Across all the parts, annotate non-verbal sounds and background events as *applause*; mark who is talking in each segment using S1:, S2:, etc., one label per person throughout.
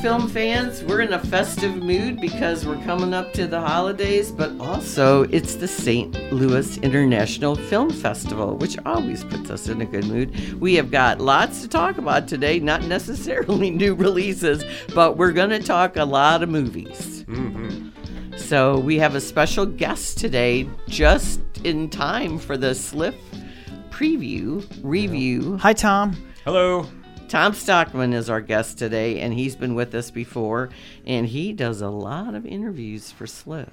S1: film fans, we're in a festive mood because we're coming up to the holidays, but also it's the St. Louis International Film Festival, which always puts us in a good mood. We have got lots to talk about today, not necessarily *laughs* new releases, but we're going to talk a lot of movies. Mm-hmm. So we have a special guest today just in time for the Sliff preview review.
S2: Hi, Tom.
S3: Hello.
S1: Tom Stockman is our guest today, and he's been with us before, and he does a lot of interviews for Sliff.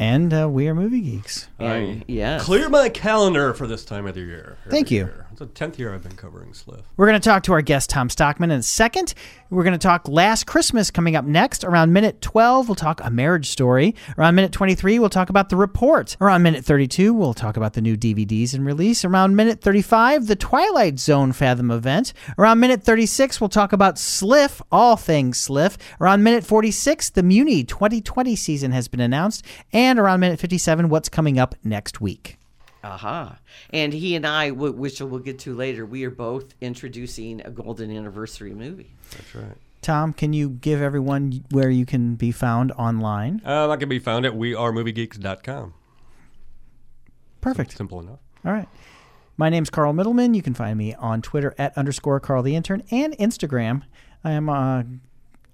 S2: And uh, we are movie geeks.
S1: And, yes.
S3: Hmm. Clear my calendar for this time of the year. every
S2: Thank you.
S3: year. It's the tenth year I've been covering Sliff.
S2: We're going to talk to our guest, Tom Stockman, in a second. We're going to talk Last Christmas coming up next. Around minute 12, we'll talk A Marriage Story. Around minute 23, we'll talk about The Report. Around minute 32, we'll talk about the new DVDs and release. Around minute 35, The Twilight Zone Fathom event. Around minute 36, we'll talk about Sliff, all things Sliff. Around minute 46, the Muni 2020 season has been announced. And around minute 57, what's coming up next week.
S1: Aha. And he and I, wh- which we'll get to later, we are both introducing a golden anniversary movie.
S3: That's right.
S2: Tom, can you give everyone where you can be found online?
S3: Um, I can be found at wearemoviegeeks.com.
S2: Perfect.
S3: Simple enough.
S2: All right. My name's Carl Middleman. You can find me on Twitter at underscore Carl the Intern and Instagram. I am uh,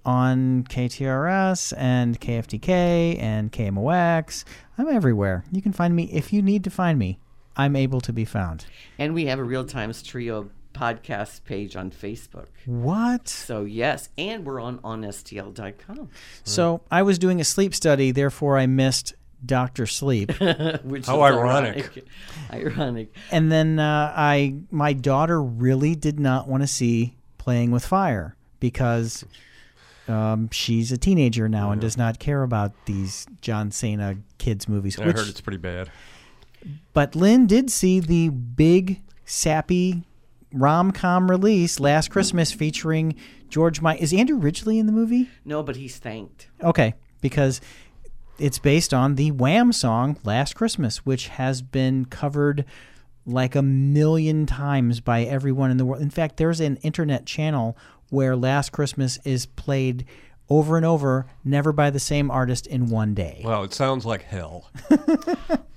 S2: on KTRS and KFTK and KMOX. I'm everywhere. You can find me if you need to find me. I'm able to be found.
S1: And we have a Real Times Trio podcast page on Facebook.
S2: What?
S1: So, yes, and we're on
S3: *laughs*
S1: onstl.com,
S2: So I was doing a sleep study, therefore I missed Doctor Sleep.
S1: which
S3: How
S1: is
S3: ironic.
S1: Ironic. Ironic.
S2: and then uh, I my daughter really did not want to see Playing with Fire because um, she's a teenager now and does not care about these John Cena kids movies.
S3: I
S2: which-
S3: heard it's pretty bad.
S2: but Lynn did see the big sappy rom com release last Christmas featuring George My is Andrew Ridgely in the movie?
S1: No, but he's thanked.
S2: Okay, because it's based on the Wham song Last Christmas, which has been covered like a million times by everyone in the world. In fact, there's an internet channel where Last Christmas is played over and over, never by the same artist in one day.
S3: Wow, it sounds like hell.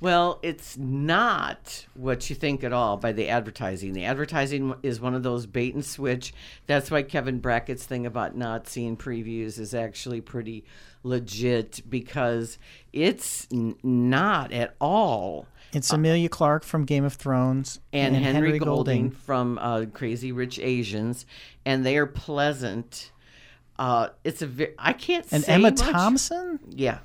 S1: Well, it's not what you think at all by the advertising. The advertising is one of those bait and switch. That's why Kevin Brackett's thing about not seeing previews is actually pretty legit because it's n- not at all.
S2: It's Amelia Clark from Game of Thrones
S1: And, Henry, Golding, from uh, Crazy Rich Asians, and they are pleasant. Uh, it's a ve- I can't
S2: and
S1: say
S2: Emma
S1: much.
S2: Thompson.
S1: Yeah,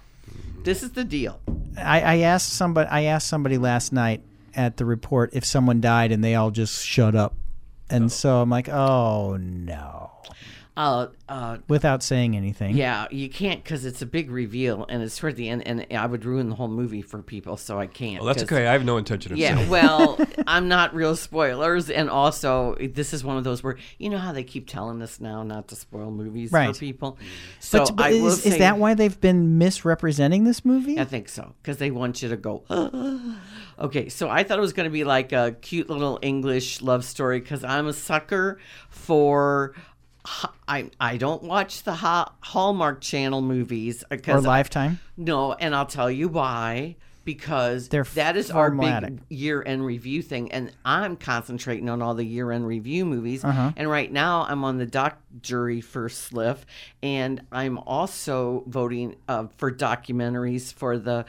S1: this is the deal.
S2: I, I asked somebody. I asked somebody last night at the report if someone died, and they all just shut up. And so I'm like, oh no,
S1: Uh, uh,
S2: without saying anything.
S1: Yeah, you can't because it's a big reveal and it's toward the end, and I would ruin the whole movie for people, so I can't.
S3: Well, Oh, that's
S1: 'cause-
S3: okay. I have no intention of
S1: Yeah,
S3: saying
S1: well, I'm not real spoilers, and also this is one of those where you know how they keep telling us now not to spoil movies
S2: Right.
S1: for people. So
S2: But, but
S1: I will
S2: is,
S1: say,
S2: is that why they've been misrepresenting this movie?
S1: I think so because they want you to go. okay, so I thought it was going to be like a cute little English love story because I'm a sucker for. I I don't watch the ha- Hallmark Channel movies
S2: or
S1: because
S2: Lifetime?
S1: no, and I'll tell you why. Because
S2: They're
S1: that is our
S2: formulatic.
S1: big year end review thing, and I'm concentrating on all the year end review movies.
S2: Uh-huh.
S1: And right now, I'm on the doc jury for Sliff, and I'm also voting uh, for documentaries for the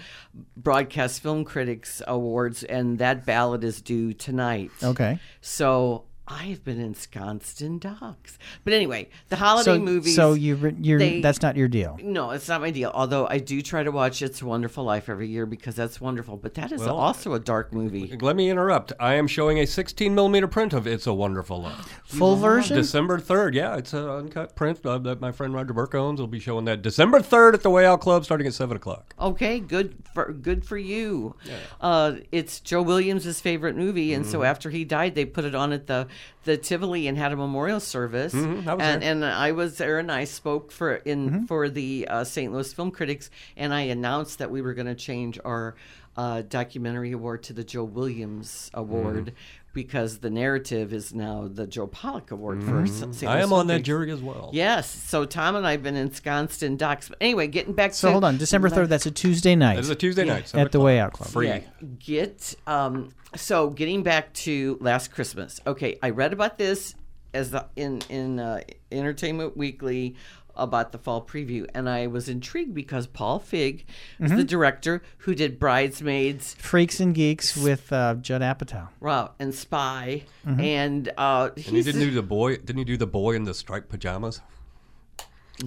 S1: Broadcast Film Critics Awards, and that ballot is due tonight.
S2: Okay.
S1: So I have been ensconced in docs. But anyway, the holiday
S2: So
S1: movies.
S2: so you re- you're
S1: they-
S2: that's not your deal.
S1: No, it's not my deal. Although I do try to watch It's a Wonderful Life every year because that's wonderful. But that is also a dark movie.
S3: it. Let me interrupt. I am showing a 16 millimeter print of "It's a Wonderful
S2: *gasps*
S3: Life."
S2: Full version.
S3: December 3rd. Yeah, it's an uncut print uh, that my friend Roger Burke owns. Will be showing that December 3rd at the Way Out Club, starting at seven o'clock.
S1: Okay, good for good for you. Uh, it's Joe Williams' favorite movie, and
S2: Mm-hmm.
S1: so after he died, they put it on at the the Tivoli and had a memorial service.
S2: Mm-hmm,
S3: I was
S1: and, and I was there, and I spoke for in for the uh, St. Louis Film Critics, and I announced that we were going to change our uh, documentary award to the Joe Williams Award.
S2: Mm-hmm.
S1: because the narrative is now the Joe Pollock Award for
S2: Mm-hmm.
S1: something.
S3: I am on that jury as well.
S1: Yes. So Tom and I have been ensconced in docs. But anyway, getting back
S2: So
S1: to
S2: hold on, December third. That's a Tuesday night.
S3: It is a Tuesday night. seven
S2: at the
S3: o'clock.
S2: Way Out Club.
S3: Free.
S1: Yeah. Get um so getting back to last Christmas. Okay, I read about this as the in in uh, Entertainment Weekly about the fall preview and I was intrigued because Paul Fig is
S3: Mm-hmm.
S1: the director who did Bridesmaids,
S2: Freaks and Geeks with uh, Judd Apatow.
S1: Rob, and Spy and uh he's
S3: Mm-hmm. And he didn't do the boy. Didn't he do the boy in the striped pajamas?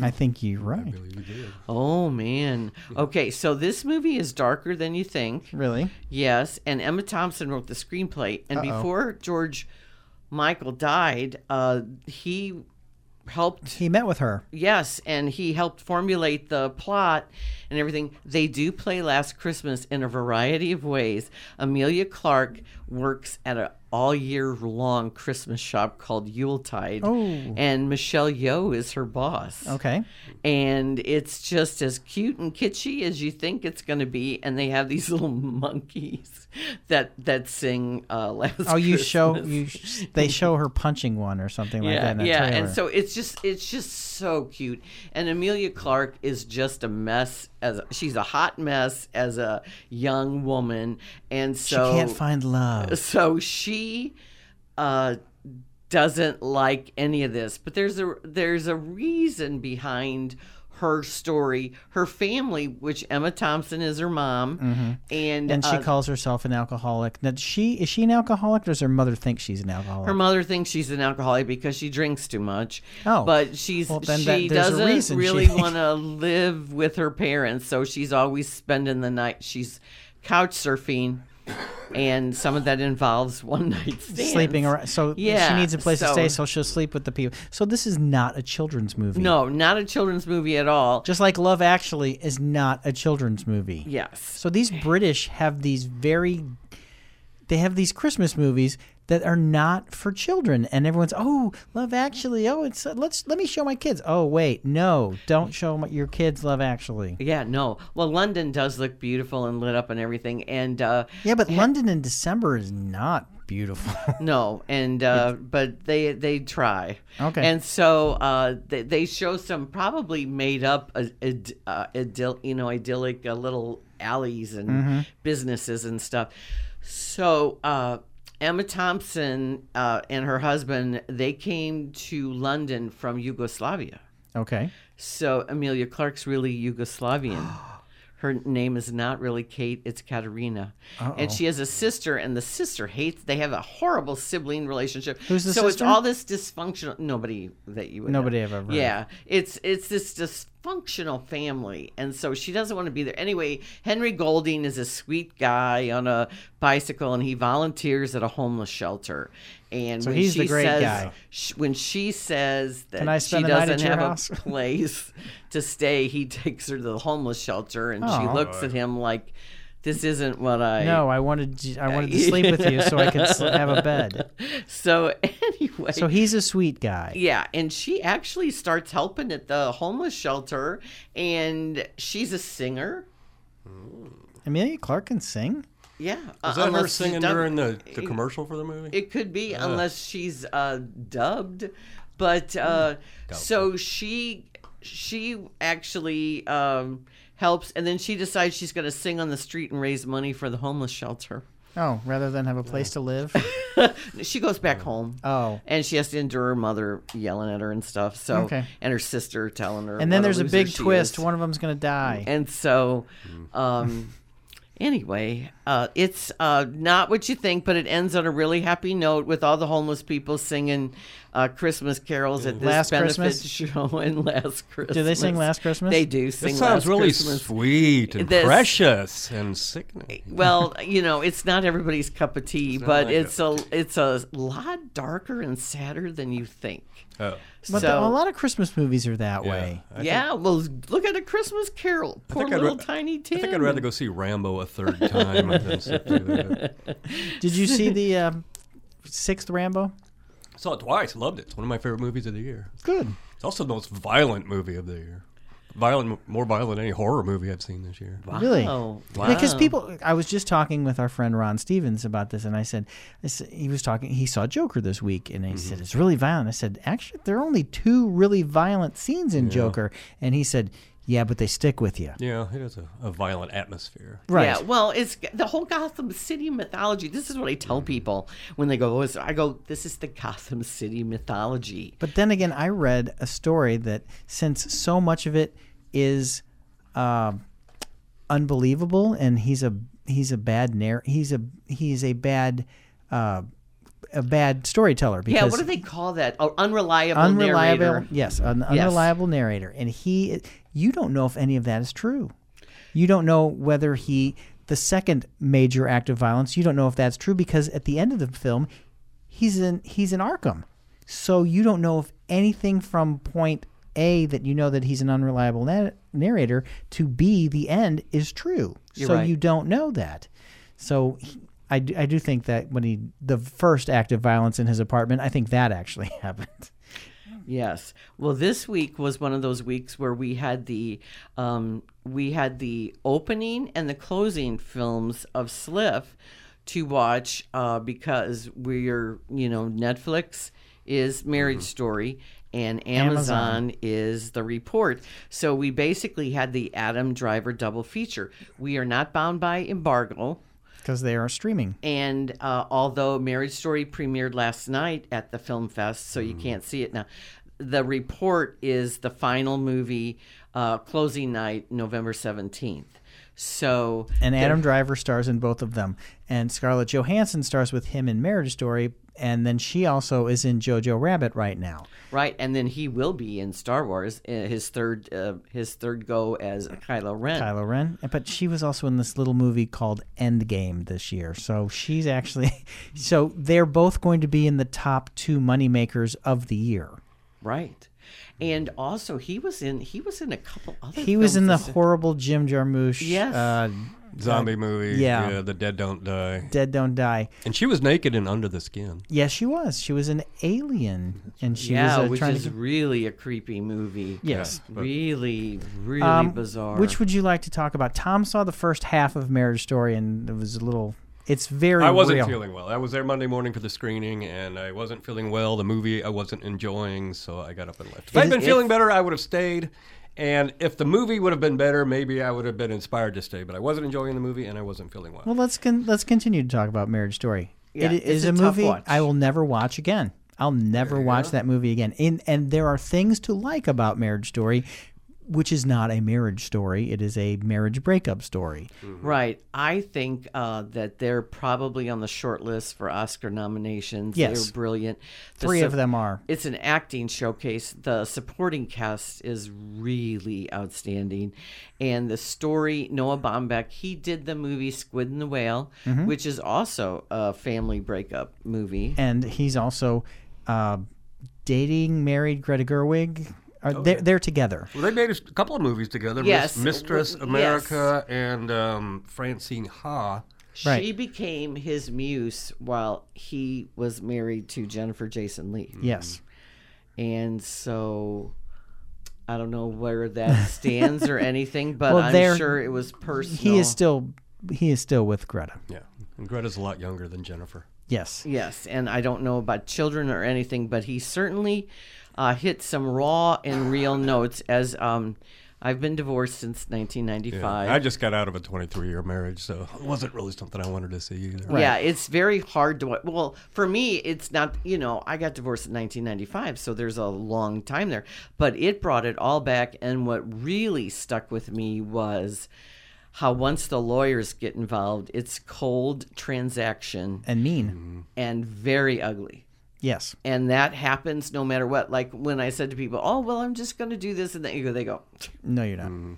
S2: I think you're right.
S1: Oh man. Okay, so this movie is darker than you think.
S2: Really?
S1: Yes, and Emma Thompson wrote the screenplay. And before George Michael died, uh, he helped.
S2: He met with her.
S1: Yes, and he helped formulate the plot and everything. They do play Last Christmas in a variety of ways. Amelia Clark works at an all year long Christmas shop called Yuletide,
S2: Oh.
S1: and Michelle Yeoh is her boss
S2: Okay.
S1: and it's just as cute and kitschy as you think it's going to be. And they have these *laughs* little monkeys that that sing uh, *laughs* last.
S2: Oh, you show
S1: Christmas.
S2: you. sh- They show her punching one or something like that.
S1: Yeah,
S2: In that
S1: yeah,
S2: trailer.
S1: and so it's just it's just so cute. And Amelia Clark is just a mess as she's a hot mess as a young woman, and
S2: she
S1: so
S2: can't find love.
S1: so she uh, doesn't like any of this but there's a there's a reason behind her story her family which emma thompson is her mom and,
S2: Mm-hmm. And she
S1: uh,
S2: calls herself an alcoholic. Now, she is she an alcoholic, or does her mother think she's an alcoholic?
S1: her mother thinks she's an alcoholic because she drinks too much.
S2: Oh.
S1: but she's
S2: Well, then
S1: she
S2: that- there's a
S1: doesn't
S2: reason she- *laughs*
S1: really want to live with her parents, so she's always spending the night. She's couch surfing, and some of that involves one night stands.
S2: Sleeping around, so
S1: Yeah,
S2: she needs a place
S1: so-
S2: to stay, so she'll sleep with the people. So this is not a children's movie.
S1: No, not a children's movie at all.
S2: just like Love Actually is not a children's movie.
S1: yes.
S2: So these British have these very they have these Christmas movies that are not for children and everyone's oh love actually oh it's let's let me show my kids oh wait no don't show my, your kids love actually
S1: Yeah, no. Well, London does look beautiful and lit up and everything. And uh
S2: yeah but london in december is not beautiful *laughs*
S1: no, and uh but they they try.
S2: Okay.
S1: And so uh they, they show some probably made up uh, id- uh, idil- you know idyllic uh, little alleys and businesses and stuff. So uh Emma Thompson uh, and her husband they came to London from Yugoslavia.
S2: okay
S1: So Amelia Clark's really
S2: *gasps*
S1: Yugoslavian. Her name is not really Kate, it's Katerina. And she has a sister, and the sister hates, they have a horrible sibling relationship.
S2: Who's the
S1: so it's
S2: sister?
S1: all this dysfunctional, nobody that you would know.
S2: Nobody I've ever heard of.
S1: Yeah. It's, it's this dysfunctional family. And so she doesn't want to be there. Anyway, Henry Golding is a sweet guy on a bicycle, and he volunteers at a homeless shelter. And when
S2: he's the
S1: she
S2: great
S1: says,
S2: guy.
S1: sh- when she says that
S2: Can I spend
S1: she
S2: the night at
S1: doesn't
S2: your
S1: have
S2: house?
S1: a place to stay, he takes her to the homeless shelter, and she
S2: Aw.
S3: Oh.
S1: looks at him like, "This isn't what I."
S2: no i wanted to- i wanted to sleep with you so i could sl- have a bed
S1: *laughs* So anyway,
S2: so he's a sweet guy
S1: yeah, and she actually starts helping at the homeless shelter, and she's a singer.
S2: amelia clark can sing
S1: Yeah, uh,
S3: Is that her singing during the, the commercial for the movie?
S1: It could be, unless she's uh, dubbed. But uh, so she she actually um, helps, and then she decides she's going to sing on the street and raise money for the homeless shelter.
S2: oh rather than have a place to live *laughs*
S1: *laughs* She goes back home.
S2: oh
S1: And she has to endure her mother yelling at her and stuff. So,
S2: Okay.
S1: and her sister telling her.
S2: and then
S1: what
S2: there's a
S1: loser
S2: big
S1: she
S2: twist Hmm.
S1: is.
S2: one of them's gonna die
S1: And so, um, anyway, uh, it's uh, not what you think, but it ends on a really happy note with all the homeless people singing uh, Christmas carols at this
S2: Last
S1: benefit
S2: Christmas?
S1: show *laughs* and Last Christmas.
S2: do they sing last christmas
S1: They do sing.
S3: It
S1: Last
S3: sounds really
S1: Christmas.
S3: sweet and
S1: This-
S3: precious and sickening.
S1: well, you know, it's not everybody's cup of tea,
S3: not
S1: but
S3: my
S1: it's a it's a lot darker and sadder than you think.
S3: Oh.
S2: But
S1: so,
S2: the- a lot of Christmas movies are that
S3: Yeah.
S2: way.
S3: I think-
S1: yeah, well, look at a Christmas Carol.
S3: I
S1: Poor
S3: think I'd
S1: little
S3: ra-
S1: tiny
S3: I
S1: Tim.
S3: think I'd rather go see Rambo
S1: *laughs*
S3: a third time than sit through that.
S2: Did you see the um, sixth Rambo?
S3: Saw it twice. Loved it. It's one of my favorite movies of the year.
S2: Good.
S3: It's also the most violent movie of the year. Violent, more violent than any horror movie I've seen this year.
S1: Wow.
S2: Really?
S1: Oh, Wow.
S2: Because people, I was just talking with our friend Ron Stevens about this, and I said, I said he was talking. He saw Joker this week, and he said it's really violent. I said, actually, there are only two really violent scenes in Joker, and he said, yeah, but they stick with you.
S3: Yeah, it is a, a violent atmosphere.
S2: Right.
S1: Yeah, well, it's the whole Gotham City mythology. This is what I tell
S3: Mm.
S1: people when they go, oh, is- I go, this is the Gotham City mythology.
S2: But then again, I read a story that since so much of it is um unbelievable, and he's a he's a bad narr- he's a he's a bad uh, a bad storyteller. Because
S1: Yeah, what do they call that? Oh, unreliable,
S2: unreliable
S1: narrator.
S2: yes an unreliable narrator and he you don't know if any of that is true you don't know whether he the second major act of violence you don't know if that's true because at the end of the film he's in he's in arkham so you don't know if anything from point a that you know that he's an unreliable na- narrator to b the end is true so
S1: right.
S2: you don't know that so he, I, do, I do think that when he the first act of violence in his apartment i think that actually *laughs* happened
S1: Yes. Well, this week was one of those weeks where we had the um, we had the opening and the closing films of Sliff to watch uh, because we're you know Netflix is Marriage Story and Amazon, is The Report. So we basically had the Adam Driver double feature. We are not bound by embargo.
S2: because they are streaming.
S1: And uh, although Marriage Story premiered last night at the Film Fest, so you
S2: Mm-hmm.
S1: can't see it now, the report is the final movie uh, closing night, November 17th. So,
S2: And Adam Driver stars in both of them, and Scarlett Johansson stars with him in Marriage Story, and then she also is in Jojo Rabbit right now.
S1: right, and then he will be in Star Wars, uh, his third uh, his third go as Kylo Ren.
S2: Kylo Ren, but she was also in this little movie called Endgame this year. So she's actually, *laughs* so they're both going to be in the top two moneymakers of the year.
S1: Right. And also he was in he was in a couple other
S2: He was
S1: films
S2: in the
S1: this-
S2: horrible Jim Jarmusch,
S1: Yes.
S2: uh,
S3: Zombie movie.
S2: yeah.
S3: The Dead Don't Die.
S2: Dead Don't Die.
S3: And she was naked and under the skin.
S2: Yes, she was. She was an alien, and she
S1: yeah,
S2: was uh,
S1: which
S2: trying
S1: is
S2: to.
S1: really a creepy movie.
S2: Yes.
S1: Really, really
S2: Um,
S1: bizarre.
S2: Which would you like to talk about? Tom saw the first half of Marriage Story, and it was a little. It's very.
S3: I wasn't
S2: real.
S3: feeling well. I was there Monday morning for the screening, and I wasn't feeling well. The movie I wasn't enjoying, so I got up and left. If I'd been feeling better, I would have stayed. And if the movie would have been better, maybe I would have been inspired to stay. But I wasn't enjoying the movie, and I wasn't feeling well.
S2: Well, let's con- let's continue to talk about Marriage Story.
S1: Yeah,
S2: it
S1: it's
S2: is
S1: a
S2: a,
S1: tough
S2: movie
S1: watch.
S2: I will never watch again. I'll never watch that movie again. And and there are things to like about Marriage Story, which is not a marriage story. It is a marriage breakup story.
S1: Right. I think uh, that they're probably on the short list for Oscar nominations.
S2: Yes.
S1: They're brilliant. The
S2: Three
S1: sup-
S2: of them are.
S1: It's an acting showcase. The supporting cast is really outstanding. And the story, Noah Baumbach, he did the movie Squid and the Whale,
S2: Mm-hmm.
S1: which is also a family breakup movie.
S2: and he's also uh, dating married Greta Gerwig. Are
S1: Oh,
S2: they're, they're together.
S3: Well, they made a couple of movies together. Mis-
S1: Yes.
S3: Mistress
S1: W- yes.
S3: America and um, Francine Ha.
S2: Right.
S1: She became his muse while he was married to Jennifer Jason Lee.
S2: Yes.
S1: and so I don't know where
S2: *laughs*
S1: that stands or anything, but
S2: Well, they're-
S1: I'm sure it was personal.
S2: He is still he is still with Greta.
S3: Yeah, and Greta's a lot younger than Jennifer.
S2: Yes.
S1: yes, and I don't know about children or anything, but he certainly uh, hit some raw and real notes. As um, I've been divorced since 1995.
S3: I just got out of a 23-year marriage, so it wasn't really something I wanted to see either.
S1: Yeah, it's very hard to. Well, for me, it's not. You know, I got divorced in 1995, so there's a long time there. But it brought it all back, and what really stuck with me was how once the lawyers get involved, it's cold transaction
S2: And mean.
S1: and very ugly.
S2: Yes.
S1: And that happens no matter what. Like when I said to people, "Oh, well, I'm just going to do this," and they go, "They go,
S2: No, you're not.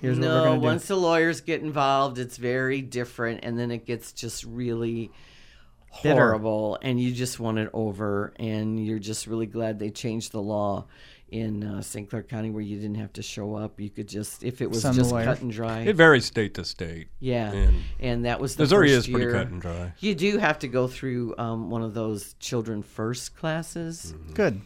S2: Here's what we're
S1: no,
S2: gonna do.
S1: once the lawyers get involved, it's very different, and then it gets just really
S2: Bitter.
S1: horrible, and you just want it over, and you're just really glad they changed the law in uh, St. Clair County where you didn't have to show up. You could just, if it was
S2: Send the
S1: just
S2: lawyer.
S1: cut and dry,
S3: It varies state to state.
S1: yeah,
S3: And-
S1: and that was the
S3: Missouri
S1: first
S3: is pretty
S1: year.
S3: cut and dry.
S1: You
S3: Hmm.
S1: do have to go through um, one of those children first classes.
S2: Good.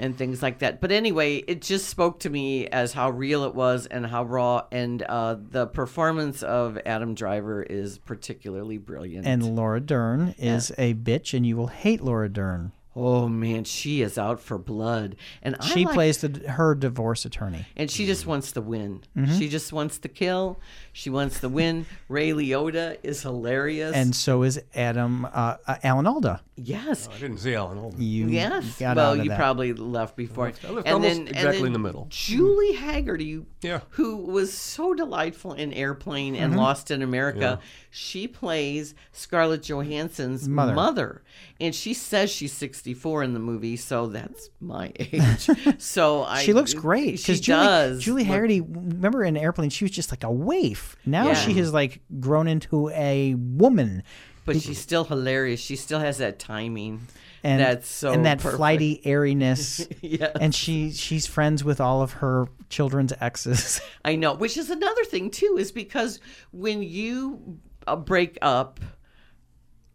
S1: and things like that. But anyway, it just spoke to me as how real it was and how raw. And uh, the performance of Adam Driver is particularly brilliant.
S2: And Laura Dern is a bitch, and you will hate Laura Dern.
S1: oh man, she is out for blood. And I
S2: She
S1: like-
S2: plays the, her divorce attorney.
S1: and she just wants the win.
S2: Mm-hmm.
S1: She just wants the kill. She wants the win. Ray Liotta is hilarious.
S2: And so is Adam uh, uh, Alan Alda.
S1: yes,
S3: I didn't see Alan Alda.
S2: You
S1: Yes.
S2: got
S1: well,
S2: out of
S1: you
S2: that.
S1: probably left before.
S3: I left almost exactly in the middle.
S1: Julie Haggerty,
S3: Yeah.
S1: who was so delightful in Airplane and
S2: Mm-hmm.
S1: Lost in America, she plays Scarlett Johansson's
S2: Mother.
S1: mother. and she says she's 64 in the movie, so that's my *laughs* age. so I
S2: she looks great
S1: She
S2: because Julie,
S1: does.
S2: Julie
S1: look
S2: Harity, remember in Airplane, she was just like a waif. Now
S1: Yeah.
S2: she has like grown into a woman,
S1: but she's still hilarious. She still has that timing.
S2: and
S1: that's so
S2: and that
S1: perfect.
S2: flighty airiness.
S1: *laughs* Yes.
S2: And she she's friends with all of her children's exes. *laughs*
S1: I know, which is another thing too, is because when you uh, break up,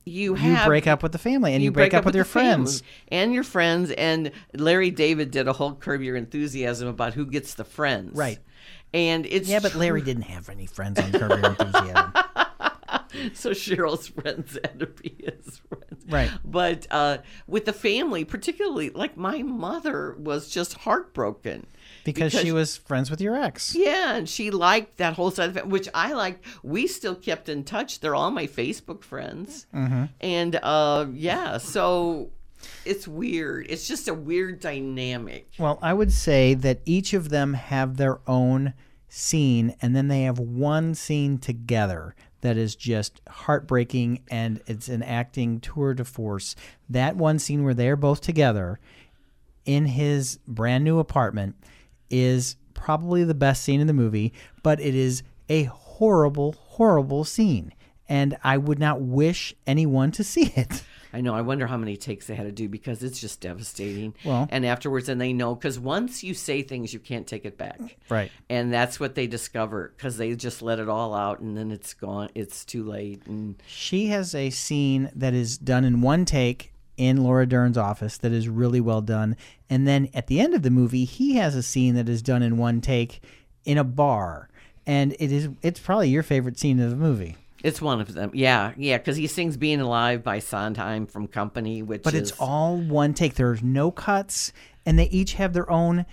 S1: you
S2: You
S1: have
S2: break up with the family, and you, break, up, with, your
S1: the family
S2: friends.
S1: and your friends. And Larry David did a whole Curb Your Enthusiasm about who gets the friends,
S2: Right.
S1: And it's
S2: Yeah, but
S1: true.
S2: *laughs* Larry didn't have any friends on Curb Your Enthusiasm.
S1: *laughs* so Cheryl's friends *laughs* had to be his friends,
S2: Right.
S1: But uh, with the family, particularly, like my mother was just heartbroken
S2: Because, she was friends with your ex.
S1: Yeah, and she liked that whole side of it, which I liked. We still kept in touch. They're all my Facebook friends,
S2: Mm-hmm.
S1: and uh, yeah, so it's weird. It's just a weird dynamic.
S2: Well, I would say that each of them have their own scene, and then they have one scene together that is just heartbreaking, and it's an acting tour de force. That one scene where they're both together in his brand new apartment is probably the best scene in the movie, but it is a horrible, horrible scene. And I would not wish anyone to see it.
S1: I know. I wonder how many takes they had to do because it's just devastating.
S2: Well-
S1: and afterwards, and they know because once you say things, you can't take it back.
S2: Right.
S1: And that's what they discover because they just let it all out, and then it's gone. It's too late. And
S2: She has a scene that is done in one take in Laura Dern's office that is really well done. And then at the end of the movie, he has a scene that is done in one take in a bar. And it is it's probably your favorite scene of the movie.
S1: it's one of them. Yeah, yeah. Because he sings "Being Alive" by Sondheim from Company, which
S2: But
S1: is
S2: it's all one take. There's no cuts and they each have their own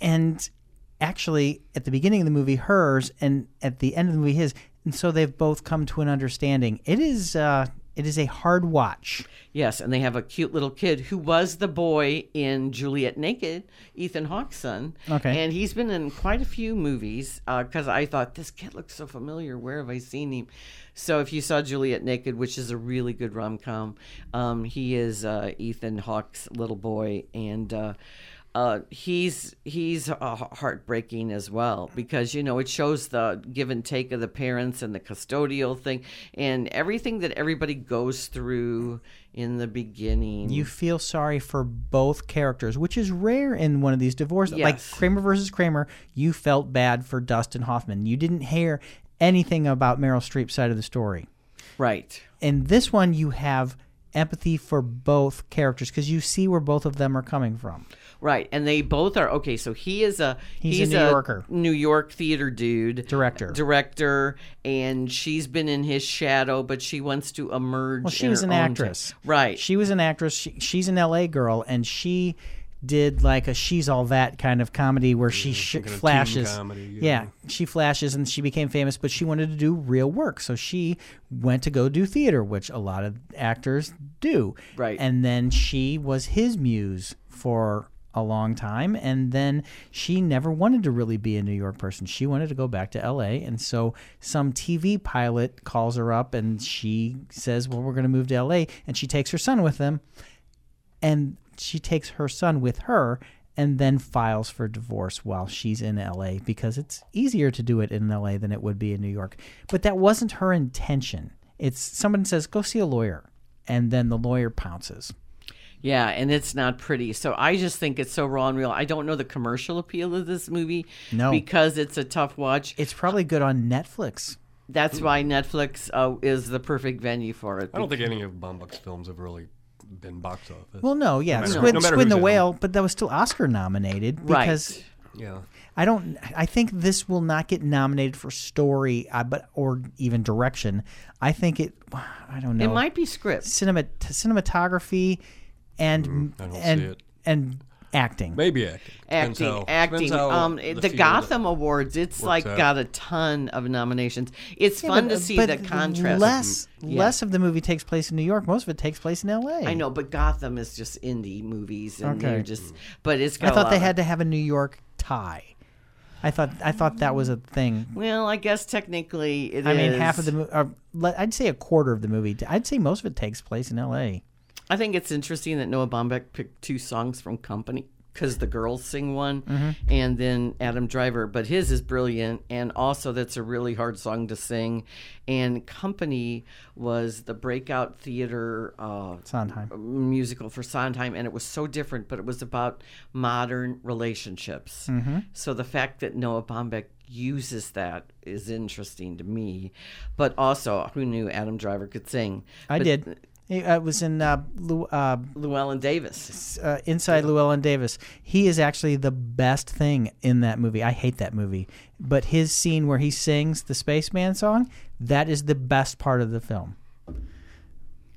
S2: and actually at the beginning of the movie hers and at the end of the movie his. And so they've both come to an understanding. It is uh it is a hard watch.
S1: Yes, and they have a cute little kid who was the boy in Juliet Naked, Ethan Hawke's son.
S2: Okay.
S1: And he's been in quite a few movies because I thought, this kid looks so familiar. Where have I seen him? So if you saw Juliet Naked, which is a really good rom com, um, he is uh, Ethan Hawke's little boy. And. Uh, uh, he's he's uh, heartbreaking as well because you know it shows the give and take of the parents and the custodial thing and everything that everybody goes through in the beginning.
S2: you feel sorry for both characters, which is rare in one of these divorces. Like
S1: Yes.
S2: Kramer versus Kramer, you felt bad for Dustin Hoffman. You didn't hear anything about Meryl Streep's side of the story.
S1: right?
S2: In this one, you have empathy for both characters because you see where both of them are coming from.
S1: Right, and they both are okay. So he is a
S2: He's a New Yorker.
S1: New York theater dude,
S2: Director.
S1: director, and she's been in his shadow, but she wants to emerge.
S2: Well, she
S1: in
S2: was
S1: her
S2: an
S1: own
S2: actress,
S1: time. right?
S2: She was an actress. She, she's an LA girl, and she did like a she's all that kind of comedy where she sh-
S3: of teen
S2: flashes.
S3: comedy,
S2: yeah.
S3: yeah.
S2: she flashes, and she became famous. But she wanted to do real work, so she went to go do theater, which a lot of actors do.
S1: Right.
S2: And then she was his muse for a long time and then she never wanted to really be a New York person. She wanted to go back to LA and so some TV pilot calls her up and she says, "Well, we're going to move to LA." And she takes her son with them and she takes her son with her and then files for divorce while she's in LA because it's easier to do it in LA than it would be in New York. But that wasn't her intention. It's someone says, "Go see a lawyer." And then the lawyer pounces.
S1: Yeah, and it's not pretty. So I just think it's so raw and real. I don't know the commercial appeal of this movie.
S2: No.
S1: Because it's a tough watch.
S2: It's probably good on Netflix.
S1: That's why Netflix uh, is the perfect venue for it.
S3: I don't think any of Bombuck's films have really been box office.
S2: Well, no, yeah,
S3: No matter-
S2: Squid,
S3: no matter
S2: Squid and
S3: who's
S2: the
S3: in it.
S2: Whale, but that was still Oscar nominated
S1: Right.
S2: because
S3: yeah.
S2: I don't. I think this will not get nominated for story, uh, but or even direction. I think it. I don't know.
S1: It might be script.
S2: Cinema, cinematography, and
S3: Mm, I don't see
S2: and
S3: it.
S2: and acting.
S3: Maybe acting. Depends
S1: Acting,
S3: how- depends
S1: acting.
S3: how
S1: Um,
S3: the
S1: the,
S3: field-
S1: Gotham Awards, it's like
S3: out.
S1: got a ton of nominations. It's fun
S2: But- uh,
S1: to see
S2: but
S1: the contrast. Mm,
S2: Less,
S1: Yeah.
S2: less of the movie takes place in New York. Most of it takes place in L.A.
S1: I know, but Gotham is just indie movies, and
S2: Okay.
S1: they're just. But it's.
S2: I
S1: Got a
S2: thought
S1: lot
S2: they
S1: of-
S2: had to have a New York tie. I thought I thought that was a thing.
S1: Well, I guess technically it is.
S2: I mean, half of the movie, or le- I'd say a quarter of the movie. I'd say most of it takes place in L.A.
S1: I think it's interesting that Noah Baumbach picked two songs from Company because the girls sing one,
S2: Mm-hmm.
S1: and then Adam Driver. But his is brilliant, and also that's a really hard song to sing. And Company was the breakout theater. Uh,
S2: Sondheim.
S1: musical for Sondheim, and it was so different, but it was about modern relationships.
S2: Mm-hmm.
S1: So the fact that Noah Baumbach uses that is interesting to me. But also, who knew Adam Driver could sing?
S2: I
S1: But
S2: did. It, uh, was in uh, Lu- uh,
S1: Llewellyn Davis.
S2: uh, Inside Llewellyn Davis. He is actually the best thing in that movie. I hate that movie, but his scene where he sings the Spaceman song, that is the best part of the film.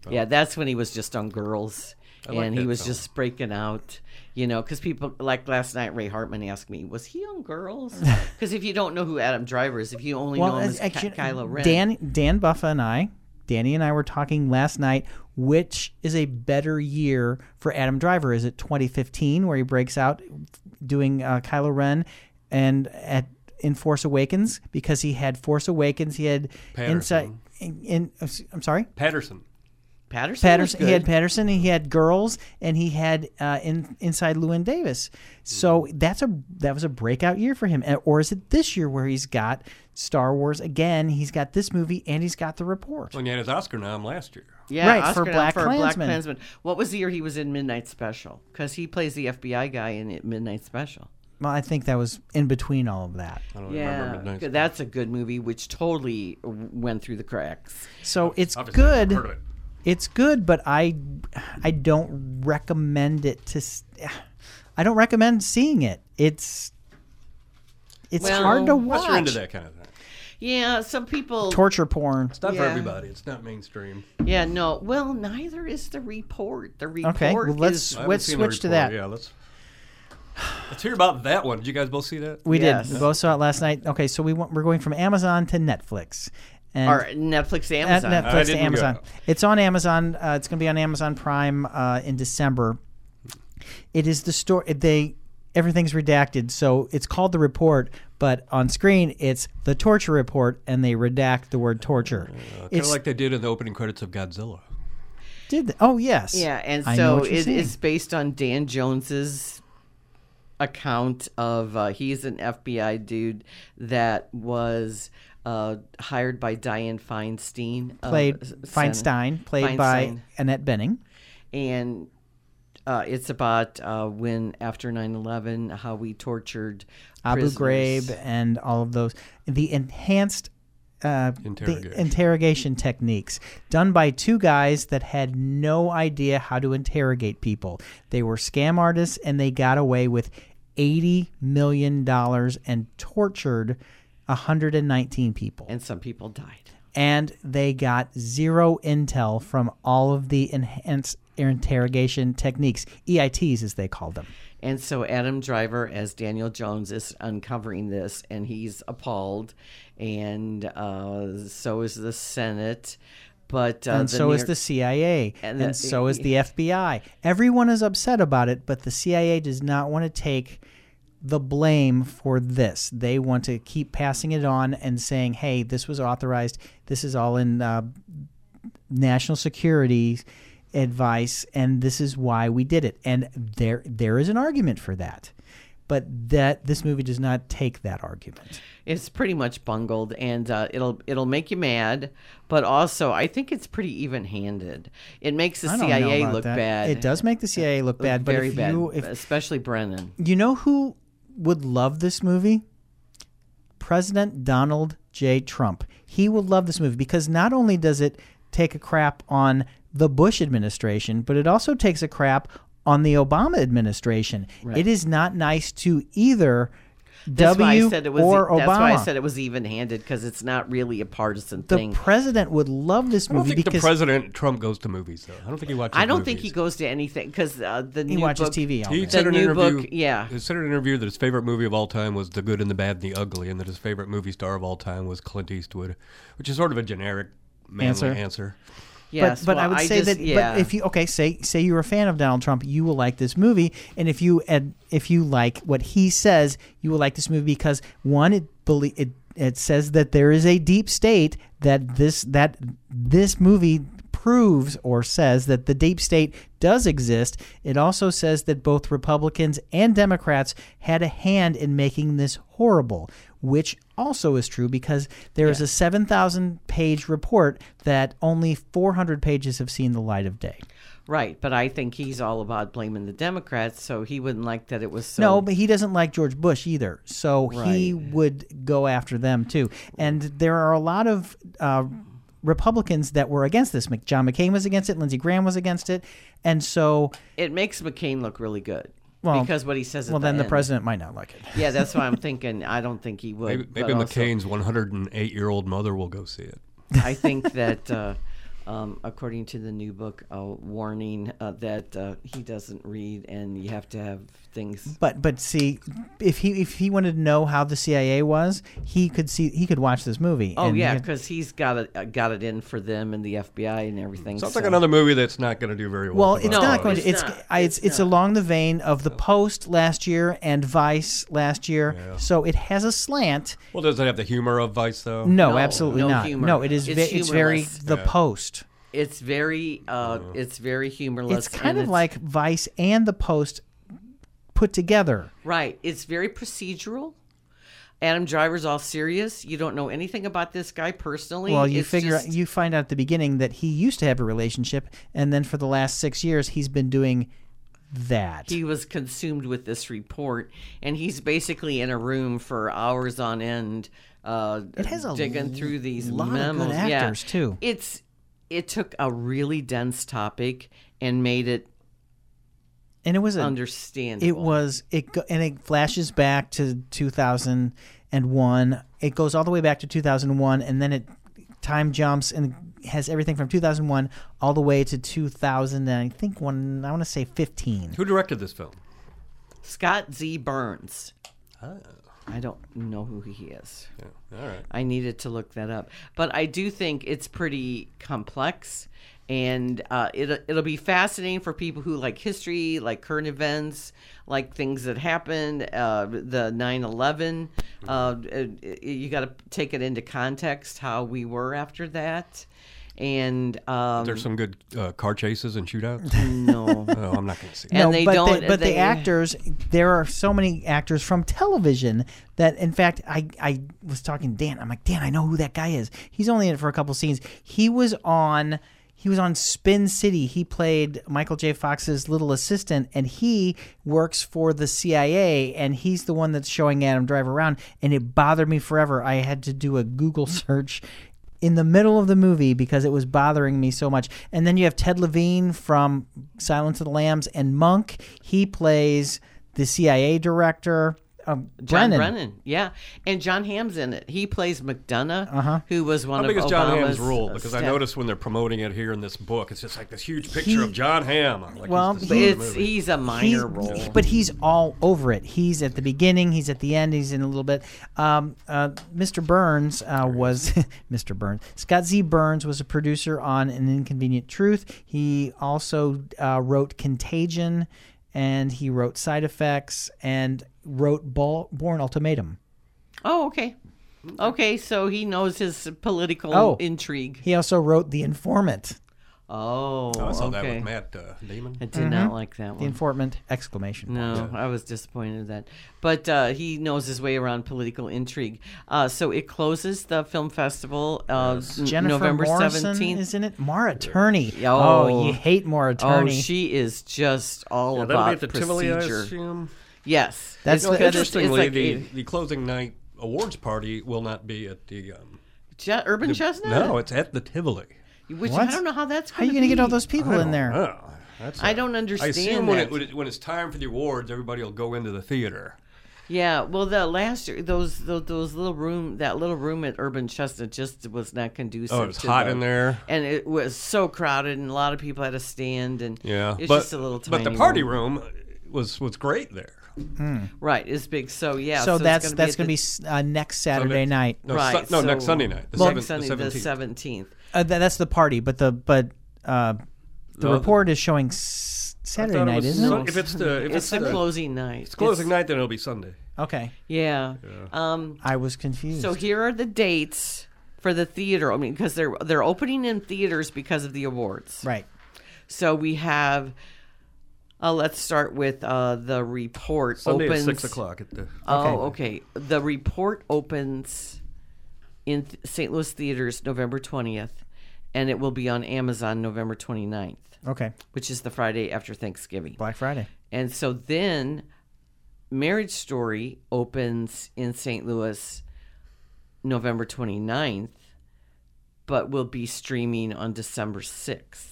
S1: Yeah, that's when he was just on Girls,
S3: like
S1: and he
S3: that
S1: was
S3: song.
S1: just breaking out. You know, because people like last night, Ray Hartman asked me, "Was he on
S2: *laughs*
S1: Girls?" Because if you don't know who Adam Driver is, if you only know him as Ky-
S2: actually,
S1: Kylo Ren,
S2: Dan Dan Buffa and I, Danny and I were talking last night. Which is a better year for Adam Driver? Is it 2015 where he breaks out doing uh, Kylo Ren and at in Force Awakens because he had Force Awakens, he had Inside.
S3: Patterson.
S2: In, in, I'm sorry.
S3: Patterson.
S1: Patterson,
S2: Patterson.
S1: was
S2: He
S1: good.
S2: had Patterson. He had girls, and he had uh, in, inside Lewin Davis. So
S3: Mm-hmm.
S2: that's a that was a breakout year for him. And- Or is it this year where he's got Star Wars again? He's got this movie, and he's got the report.
S3: Well, he had his Oscar nom last year.
S1: Yeah,
S2: Right, for
S1: Oscar nom
S2: Black
S1: for Black
S2: Klansman.
S1: Klansman. What was the year he was in Midnight Special? Because he plays the FBI guy in it, Midnight Special.
S2: Well, I think that was in between all of that.
S3: I don't remember
S1: Yeah,
S3: Midnight.
S1: good- that's a good movie, which totally w- went through the cracks.
S2: So it's
S3: Obviously, I've
S2: good.
S3: never heard of it.
S2: It's good, but I I don't recommend it to. s- I don't recommend seeing it. It's it's
S1: Well,
S2: hard to watch.
S3: Unless you're into that kind of thing.
S1: Yeah, some people.
S2: Torture porn.
S3: It's not for
S1: Yeah.
S3: everybody. It's not mainstream.
S1: yeah, no. Well, neither is the report. The report.
S2: Okay, well, let's-
S1: is-
S3: I haven't
S2: Let's
S3: seen the
S2: switch to
S3: report.
S2: that.
S3: Yeah, let's. Let's hear about that one. Did you guys both see that?
S2: We
S1: Yes.
S2: did. We both saw it last night. Okay, so we want, we're going from Amazon to Netflix, and
S1: or Netflix,
S2: at
S1: Amazon.
S3: I
S2: Netflix to
S3: didn't
S2: Amazon.
S3: go.
S2: It's on Amazon. Uh, it's going to be on Amazon Prime uh, in December. It is the story. They everything's redacted, so it's called the report. But on screen, it's the torture report, and they redact the word torture.
S3: Kind
S2: it's
S3: of Mm, like they did in the opening credits of Godzilla.
S2: did th- oh yes
S1: Yeah, and
S2: I know
S1: so
S2: what you're
S1: it
S2: saying.
S1: is based on Dan Jones's account of uh, he's an FBI dude that was uh, hired by Diane Feinstein, uh, of
S2: played
S1: Sen-
S2: Feinstein played by
S1: Feinstein.
S2: Annette Benning.
S1: and. Uh, it's about uh, when after 9-11 how we tortured
S2: Abu
S1: prisoners.
S2: Ghraib and all of those. The enhanced uh, the
S3: Interrogation.
S2: interrogation techniques done by two guys that had no idea how to interrogate people. They were scam artists and they got away with $80 million and tortured 119 people.
S1: and some people died
S2: And they got zero intel from all of the enhanced interrogation techniques, EITs as they called them.
S1: And so Adam Driver as Daniel Jones is uncovering this, and he's appalled, and uh, so is the Senate, but uh,
S2: and
S1: the
S2: so is
S1: New-
S2: the CIA,
S1: And
S2: and,
S1: the- E.
S2: so is the FBI. Everyone is upset about it, but the CIA does not want to take the blame for this. They want to keep passing it on and saying, "Hey, this was authorized. This is all in uh, national security advice, and this is why we did it." And there, there is an argument for that, but that this movie does not take that argument.
S1: It's pretty much bungled, and uh, it'll it'll make you mad, but also I think it's pretty even-handed. It makes the
S2: I don't know
S1: CIA
S2: about
S1: look
S2: that.
S1: bad.
S2: It does make the CIA look bad, but
S1: very
S2: if
S1: bad,
S2: you if
S1: especially Brennan.
S2: You know who would love this movie? President Donald J. Trump. He would love this movie because not only does it take a crap on the Bush administration, but it also takes a crap on the Obama administration. It is not nice to either
S1: That's why
S2: W
S1: I said it was. e-,
S2: or Obama.
S1: that's why I said it was even-handed because it's not really a partisan
S2: the
S1: thing.
S2: president would love this
S3: I don't
S2: movie
S3: think the
S2: because
S3: president Trump goes to movies though. I don't think he watches.
S1: I don't think he
S3: movies.
S1: goes to anything because uh, the
S2: he
S1: new
S2: watches
S1: book-
S2: TV. All
S3: He
S2: day.
S3: said
S1: The
S3: in an
S1: new
S3: interview,
S1: book, yeah.
S3: He said in an interview that his favorite movie of all time was The Good and the Bad and the Ugly, and that his favorite movie star of all time was Clint Eastwood, which is sort of a generic manly
S2: Answer.
S3: answer.
S1: Yes,
S2: but, but
S1: well,
S2: I would say
S1: just-
S2: that
S1: yeah.
S2: but if you okay say say you're a fan of Donald Trump, you will like this movie, and if you and if you like what he says, you will like this movie because one it belie- it it says that there is a deep state that this that this movie proves or says that the deep state does exist. It also says that both Republicans and Democrats had a hand in making this horrible, which also is true because there is a 7,000 page report that only 400 pages have seen the light of day.
S1: right, but I think he's all about blaming the Democrats, so he wouldn't like that it was so.
S2: No, but he doesn't like George Bush either, so he would go after them too. And there are a lot of uh, Republicans that were against this. Mc- John McCain was against it. Lindsey Graham was against it, and so
S1: it makes McCain look really good
S2: Well,
S1: because what he says.
S2: well,
S1: at
S2: then the
S1: end.
S2: president might not like it.
S1: Yeah, that's why I'm thinking. I don't think he would.
S3: Maybe, maybe
S1: but also-
S3: McCain's 108 year old mother will go see it.
S1: I think that, uh, um, according to the new book, uh, warning uh, that uh, he doesn't read, and you have to have things.
S2: But but see, if he if he wanted to know how the CIA was, he could see he could watch this movie.
S1: Oh
S2: and he
S1: yeah,
S2: could-
S1: because he's got it uh, got it in for them and the FBI and everything.
S3: Sounds
S1: so-
S3: like another movie that's not going to do very well.
S2: well,
S3: for
S2: it's
S3: box
S2: not
S3: office.
S2: going to. It's
S1: It's
S2: I-
S1: not.
S2: it's it's, along the vein of the Post last year and Vice last year, so it has a slant.
S3: Well, does it have the humor of Vice though?
S2: No,
S1: No,
S2: absolutely
S1: no
S2: not.
S1: humor.
S2: No, it is.
S1: It's
S2: It's, it's very
S1: humorless.
S2: the Post.
S1: It's very uh, it's very humorless.
S2: It's kind
S1: and
S2: of like Vice and the Post put together.
S1: right. It's very procedural. Adam Driver's all serious. You don't know anything about this guy personally.
S2: Well, you
S1: It's
S2: figure
S1: just-
S2: you find out at the beginning that he used to have a relationship, and then for the last six years he's been doing that.
S1: he was consumed with this report, and he's basically in a room for hours on end, uh,
S2: has a
S1: digging through these
S2: lot of good
S1: memos.
S2: actors,
S1: yeah.
S2: too.
S1: It's it took a really dense topic and made it
S2: and it was a
S1: understandable.
S2: It was it go, and it flashes back to 2001. It goes all the way back to 2001 and then it time jumps and has everything from 2001 all the way to 2000 and I think one I want to say 15.
S3: Who directed this film?
S1: Scott Z. Burns. I don't know who he is.
S3: Ah, All right.
S1: I needed to look that up. But I do think it's pretty complex, and uh, it it'll be fascinating for people who like history, like current events, like things that happened, uh, the 9/11. Uh, it- it- you got to take it into context how we were after that, and um,
S3: There's some good uh, car chases
S2: *laughs*
S3: and shootouts.
S1: no.
S3: oh, I'm not going to see it.
S1: And they
S2: but
S1: don't.
S2: but the
S1: they-
S2: actors, there are so many actors from television that, in fact, I, I was talking to Dan. I'm like, Dan, I know who that guy is. He's only in it for a couple scenes. He was on, he was on Spin City. He played Michael J. Fox's little assistant, and he works for the CIA, and he's the one that's showing Adam Driver around. And it bothered me forever. I had to do a Google *laughs* search in the middle of the movie because it was bothering me so much. And then you have Ted Levine from Silence of the Lambs and Monk. He plays the CIA director. Um,
S1: John
S2: Brennan.
S1: Brennan. yeah, and John Hamm's in it. He plays McDonough,
S2: Uh-huh.
S1: who was one
S3: How
S1: of
S3: big is
S1: Obama's
S3: John Hamm's role? Because I
S1: staff-
S3: noticed when they're promoting it here in this book, it's just like this huge picture of John Hamm. Like he's
S2: well,
S3: the star of the
S1: It's
S3: movie.
S1: he's a minor
S2: He's-
S1: role.
S2: but he's all over it. He's at the beginning. He's at the end. He's in a little bit. Um, uh, Mr. Burns uh, was *laughs* Mr. Burns. Scott Z. Burns was a producer on An Inconvenient Truth. He also uh, wrote Contagion, and he wrote Side Effects, and wrote Ball, Born Ultimatum.
S1: Oh, okay. Okay, so he knows his political
S2: Oh.
S1: intrigue.
S2: He also wrote The Informant.
S1: Oh,
S3: I saw that
S1: okay.
S3: with Matt uh, Damon.
S1: I did
S2: Mm-hmm.
S1: not like that
S2: The
S1: one.
S2: Informant! Exclamation. point.
S1: No, I was disappointed in that. But uh, he knows his way around political intrigue. Uh, so it closes the film festival uh, n-
S2: Jennifer
S1: November
S2: Morrison
S1: 17th.
S2: is in it. Mara Turney.
S1: Oh.
S2: you hate Mara
S1: oh,
S2: Turney.
S1: she is just all
S3: Yeah, that'll be
S1: about
S3: at the Tivoli, I
S1: procedure.
S3: assume.
S1: yes.
S2: That's
S1: It's
S2: the-
S1: because it's- it's
S3: Interestingly,
S1: like
S3: the,
S1: a-
S3: the closing night awards party will not be at the. Um,
S1: Je- Urban Chestnut? *gasps*
S3: no, it's at the Tivoli.
S1: Which
S2: What?
S1: I don't know how that's.
S2: How are you going to get all those people in there?
S3: Oh, that's
S1: I don't
S3: I
S1: understand.
S3: assume when,
S1: that.
S3: it, when, it, when it's time for the awards, everybody will go into the theater.
S1: Yeah, well, the last year, those, those those little room, that little room at Urban Chestnut just was not conducive.
S3: Oh, it was
S1: to
S3: hot
S1: the-
S3: in there.
S1: and it was so crowded, and a lot of people had to stand, and
S3: Yeah,
S1: it's
S3: but
S1: just a little
S3: but
S1: tiny.
S3: the party room was was great there.
S1: right? It's big, so yeah.
S2: so,
S1: it's
S2: that's
S1: gonna be
S2: that's
S1: at
S2: going to
S1: the-
S2: be s- uh, next Saturday night.
S3: No,
S1: right.
S3: Su- no, next
S1: so-
S3: Sunday night, the
S1: Well,
S3: seventh-
S1: next Sunday,
S3: the
S1: the
S3: 17th.
S1: seventeenth.
S2: Uh, th- that's the party, but the but uh, the
S3: No,
S2: report is showing s- Saturday
S3: thought it
S2: night,
S3: was
S2: isn't
S3: Sun-
S2: it?
S3: If it's the if
S1: It's
S3: it's,
S1: the
S3: the
S1: closing night. It's
S3: closing night, then it'll be Sunday.
S2: Okay,
S1: Yeah. Um.
S2: I was confused.
S1: So here are the dates for the theater. I mean, because they're they're opening in theaters because of the awards.
S2: right,
S1: So we have. Uh, let's start with uh, the report.
S3: Sunday
S1: opens,
S3: at six o'clock at the.
S1: Oh, okay. The report opens in th- St. Louis theaters November 20th, and it will be on Amazon November 29th,
S2: okay,
S1: which is the Friday after Thanksgiving.
S2: Black Friday.
S1: And so then Marriage Story opens in St. Louis November 29th, but will be streaming on December 6th.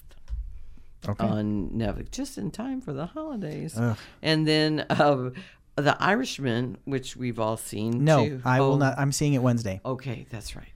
S2: Okay.
S1: On Netflix, just in time for the holidays, and then uh, the Irishman, which we've all seen.
S2: No,
S1: too.
S2: I
S1: Oh,
S2: will not. I'm seeing it Wednesday,
S1: Okay, that's right.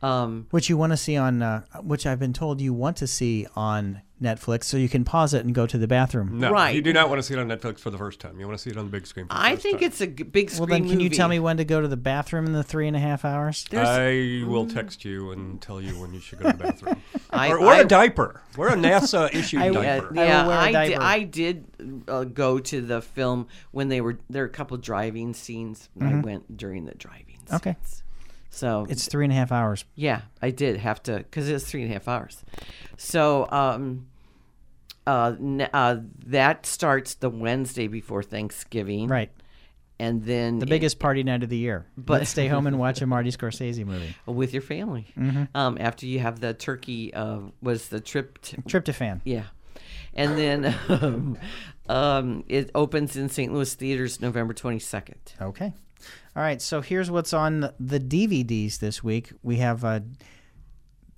S1: Um,
S2: which you want to see on, uh, which I've been told you want to see on Netflix, so you can pause it and go to the bathroom.
S3: No,
S1: Right.
S3: you do not want to see it on Netflix for the first time. You want to see it on the big screen. For the
S1: I
S3: first
S1: think
S3: time.
S1: it's a g- big screen.
S2: Well, then, can you
S1: movie.
S2: tell me when to go to the bathroom in the three and a half hours?
S1: There's, Mm.
S3: I will text you and tell you when you should go to the bathroom.
S1: *laughs* I-
S3: or wear
S1: I-
S3: a diaper. Wear a
S1: *laughs*
S3: NASA issued
S2: I-
S1: Yeah,
S3: diaper.
S2: I will
S1: Uh, yeah,
S2: wear a
S1: I, did.
S2: diaper.
S1: I did uh, go to the film when they were there. Were a couple driving scenes. and I went during the driving. Scenes.
S2: Okay.
S1: So
S2: Mm-hmm. Oh. It's three and a half hours.
S1: yeah, I did have to because it's three and a half hours. So um, uh, n- uh, that starts the Wednesday before Thanksgiving,
S2: Right.
S1: And then
S2: The biggest party night of the year. But Let's stay home and watch a Marty Scorsese movie.
S1: with your family
S2: Mm-hmm.
S1: um, after you have the turkey. Uh, was the trip to
S2: Tryptophan.
S1: Yeah. And then *laughs* um, um, it opens in St. Louis theaters November 22nd.
S2: Okay. All right. So here's what's on the DVDs this week. We have uh,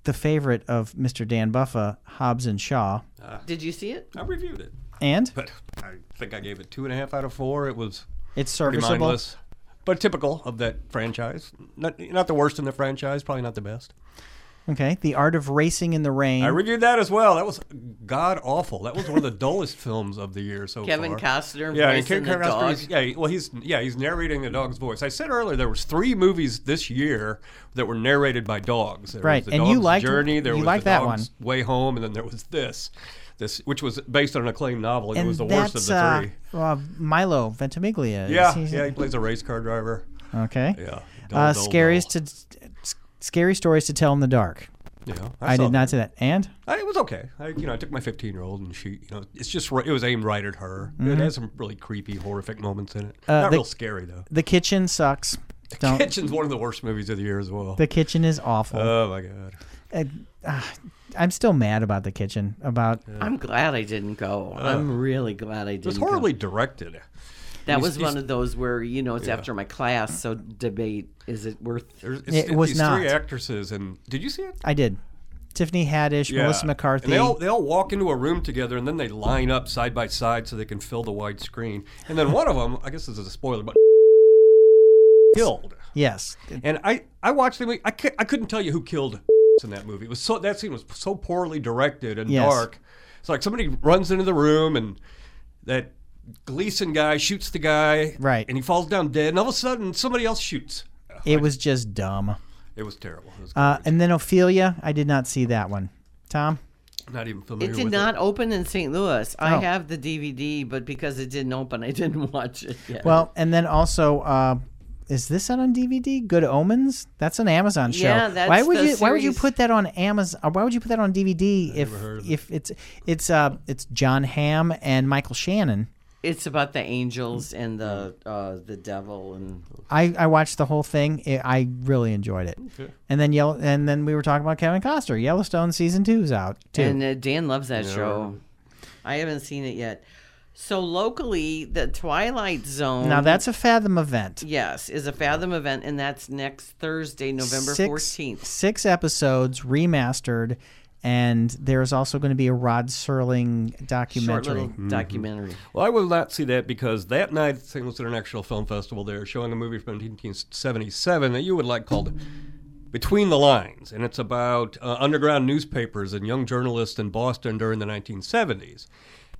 S2: the favorite of Mr. Dan Buffa, Hobbs and Shaw,
S1: Did you see it?
S3: I reviewed it,
S2: and
S3: but I think I gave it two and a half out of four. It was
S2: it's
S3: pretty
S2: serviceable.
S3: mindless, but typical of that franchise. Not not the worst in the franchise, probably not the best.
S2: Okay. The Art of Racing in the Rain.
S3: I reviewed that as well. That was god awful. That was one of the *laughs* dullest films of the year so
S1: Kevin
S3: far.
S1: Costner
S3: Yeah, and
S1: voicing
S3: Kevin
S1: the
S3: Costner.
S1: dog.
S3: is- Yeah, he- well, he's yeah, he's narrating the dog's voice. I said earlier there was three movies this year that were narrated by dogs. There
S2: Right,
S3: was the
S2: and you
S3: Dog's
S2: liked-
S3: Journey. There
S2: you
S3: was
S2: liked
S3: the
S2: that
S3: dog's Way Home, and then there was this, this which was based on an acclaimed novel. and
S2: and
S3: it was the
S2: that's
S3: worst of the
S2: uh,
S3: three.
S2: uh, Milo Ventimiglia. Is
S3: Yeah,
S2: he-
S3: yeah, he plays a race car driver.
S2: Okay.
S3: Yeah, dull,
S2: uh,
S3: dull,
S2: scariest
S3: dull.
S2: to, s- scary stories to tell in the dark.
S3: Yeah,
S2: I,
S3: saw
S2: did
S3: that.
S2: not see that. And
S3: I, it was okay. I, you know, I took my 15 year old and she, you know, it's just ri- it was aimed right at her.
S2: Mm-hmm.
S3: It has some really creepy, horrific moments in it. Not
S2: the-
S3: real scary though.
S2: the kitchen sucks. Don't.
S3: Kitchen's one of the worst movies of the year as well.
S2: the kitchen is awful.
S3: oh my god.
S2: I, uh, I'm still mad about the kitchen. About
S1: I'm glad I didn't go. I'm really glad I didn't
S3: It was horribly directed.
S1: go. That was
S3: he's-
S1: one of those where, you know, it's after my class, so debate, is it worth
S3: There's, it's,
S2: It
S3: it's
S2: was
S3: these
S2: not.
S3: three actresses, and did you see it?
S2: I did. Tiffany Haddish, Melissa
S3: And
S2: McCarthy.
S3: they all they all walk into a room together, and then they line up side by side so they can fill the wide screen. And then one of them, I guess this is a
S2: *laughs*
S3: spoiler, but killed.
S2: yes.
S3: And I I watched the movie. I cou- I couldn't tell you who killed *laughs* in that movie. It was so that scene was so poorly directed and
S2: Yes.
S3: dark. It's like somebody runs into the room and that Gleason guy shoots the guy,
S2: Right.
S3: And he falls down dead. And all of a sudden, somebody else shoots.
S2: It was just dumb.
S3: It was terrible. It was
S2: Uh, and then Ophelia, I did not see that one. Tom?
S3: not even familiar.
S1: it did
S3: with
S1: not open in St. Louis. I
S2: Oh.
S1: have the DVD, but because it didn't open, I *laughs* didn't watch it yet.
S2: Well, and then also, uh, is this out on DVD? Good Omens? That's an Amazon show.
S1: Yeah, that's
S2: why would
S1: the
S2: you Why would you
S1: series.
S2: put that on Amazon? Or why would you put that on DVD if if it's it's uh it's John Hamm and Michael Shannon?
S1: it's about the angels and the uh, the devil and
S2: I, I watched the whole thing. I I really enjoyed it. And then yellow, and then we were talking about Kevin Costner. Yellowstone season two's out too.
S1: And uh, Dan loves that show. I haven't seen it yet. So locally, the Twilight Zone.
S3: Mm-hmm.
S2: now that's a Fathom event.
S1: yes is a Fathom event, and that's next Thursday, November
S2: Six-
S1: fourteenth.
S2: Six episodes remastered, And there's also going to be a Rod Serling
S1: Short
S2: documentary.
S1: little documentary.
S3: Well, I will not see that because that night at the St. Louis International Film Festival, they're showing a movie from 1977 that you would like called Between the Lines. And it's about uh, underground newspapers and young journalists in Boston during the 1970s.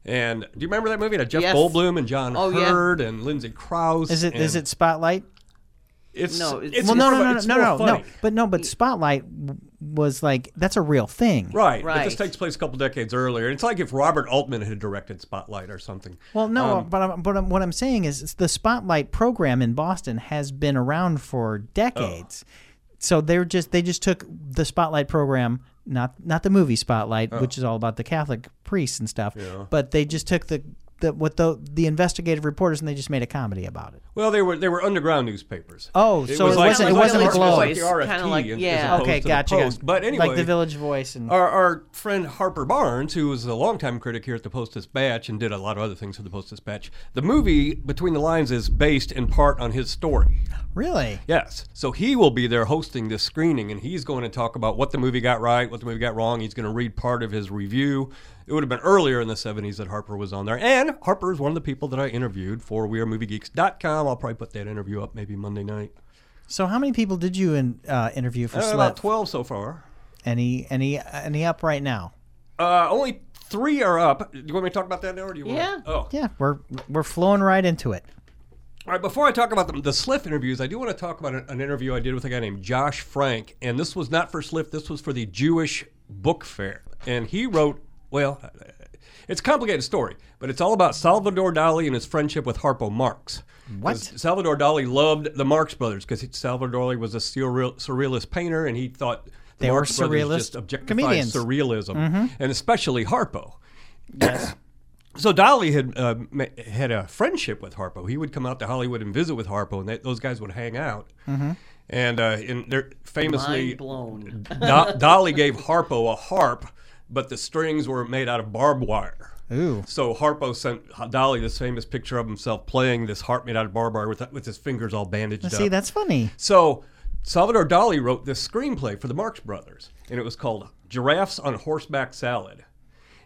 S3: And do you remember that movie? It had Jeff
S1: Yes.
S3: Goldblum and John
S1: Oh, yeah.
S3: Hurd and Lindsay Krause.
S2: Is it is
S3: and
S2: it Spotlight?
S3: It's,
S1: No,
S3: it's,
S1: it's-
S2: well, no,
S3: more
S2: no,
S3: of a-
S2: no, no,
S3: it's
S2: no,
S3: more
S2: no, no.
S3: funny.
S2: But no, but Spotlight w- was like that's a real thing.
S3: Right, But
S1: Right.
S3: this takes place a couple decades earlier. It's like if Robert Altman had directed Spotlight or something.
S2: Well, no,
S3: Um,
S2: but I'm, but I'm, what I'm saying is it's the Spotlight program in Boston has been around for decades.
S3: Oh.
S2: So they're just they just took the Spotlight program, not not the movie Spotlight,
S3: Oh.
S2: which is all about the Catholic priests and stuff, but they just took the the what the the investigative reporters and they just made a comedy about it.
S3: Well, they were they were underground newspapers.
S2: Oh, so it wasn't-
S1: it wasn't
S3: like-
S1: a Globe.
S3: like the RFT
S1: Kinda like-
S3: as
S1: yeah.
S3: opposed
S2: Okay,
S3: to the
S2: gotcha.
S3: Post.
S2: gotcha.
S3: But anyway,
S2: like the Village Voice and
S3: our, our friend Harper Barnes, who was a longtime critic here at the Post Dispatch and did a lot of other things for the Post Dispatch, the movie Between the Lines is based in part on his story.
S2: really
S3: Yes. So he will be there hosting this screening, and he's going to talk about what the movie got right, what the movie got wrong. He's going to read part of his review. It would have been earlier in the 70s that Harper was on there. And Harper is one of the people that I interviewed for WeAreMovieGeeks.com. I'll probably put that interview up maybe Monday night.
S2: So how many people did you in, uh, interview for
S3: Uh,
S2: Slut?
S3: about 12 so far.
S2: Any any any up right now?
S3: Uh, only three are up. Do you want me to talk about that now, or do you want?
S1: Yeah.
S3: To? Oh,
S2: Yeah, we're we're flowing right into it.
S3: All right, before I talk about the, the Sliff interviews, I do want to talk about an, an interview I did with a guy named Josh Frank. And this was not for Sliff, this was for the Jewish Book Fair. And he wrote, well, uh, it's a complicated story, but it's all about Salvador Dali and his friendship with Harpo Marx.
S2: What?
S3: 'Cause Salvador Dali loved the Marx brothers because Salvador Dali was a surreal, surrealist painter and he thought the
S2: They were
S3: Marx brothers
S2: surrealist
S3: just objectified
S2: comedians. Mm-hmm.
S3: surrealism, and especially Harpo. So Dolly had uh, ma- had a friendship with Harpo. He would come out to Hollywood and visit with Harpo, and they, those guys would hang out. And uh, and they're famously,
S1: Mind blown.
S3: Do- Dolly gave Harpo a harp, but the strings were made out of barbed wire.
S2: Ooh.
S3: So Harpo sent Dolly this famous picture of himself playing this harp made out of barbed wire with, with his fingers all bandaged up.
S2: See, that's funny.
S3: So Salvador Dali wrote this screenplay for the Marx Brothers, and it was called Giraffes on Horseback Salad.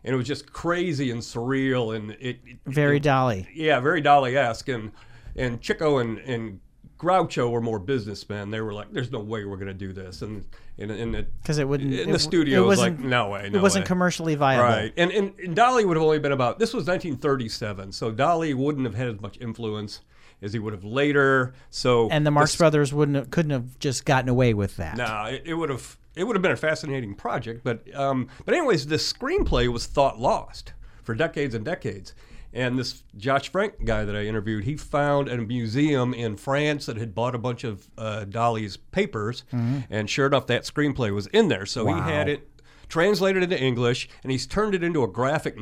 S3: And it was just crazy and surreal, and it, it-
S2: Very dolly.
S3: yeah, very Dali-esque. And and Chico and and Groucho were more businessmen. They were like, "There's no way we're going to do this," and and and it,
S2: Because it wouldn't.
S3: in
S2: it,
S3: the studio
S2: it
S3: it was like,
S2: wasn't.
S3: "No way, no
S2: it wasn't
S3: way."
S2: commercially viable.
S3: Right. And, and and Dolly would have only been about this was 1937, so Dolly wouldn't have had as much influence as he would have later. So
S2: And the Marx Brothers wouldn't have, couldn't have just gotten away with that.
S3: No, it, it would have it would have been a fascinating project, but um, but anyways, this screenplay was thought lost for decades and decades. And this Josh Frank guy that I interviewed, he found a museum in France that had bought a bunch of uh, Dolly's papers, and sure enough, that screenplay was in there. So he had it translated into English, and he's turned it into a graphic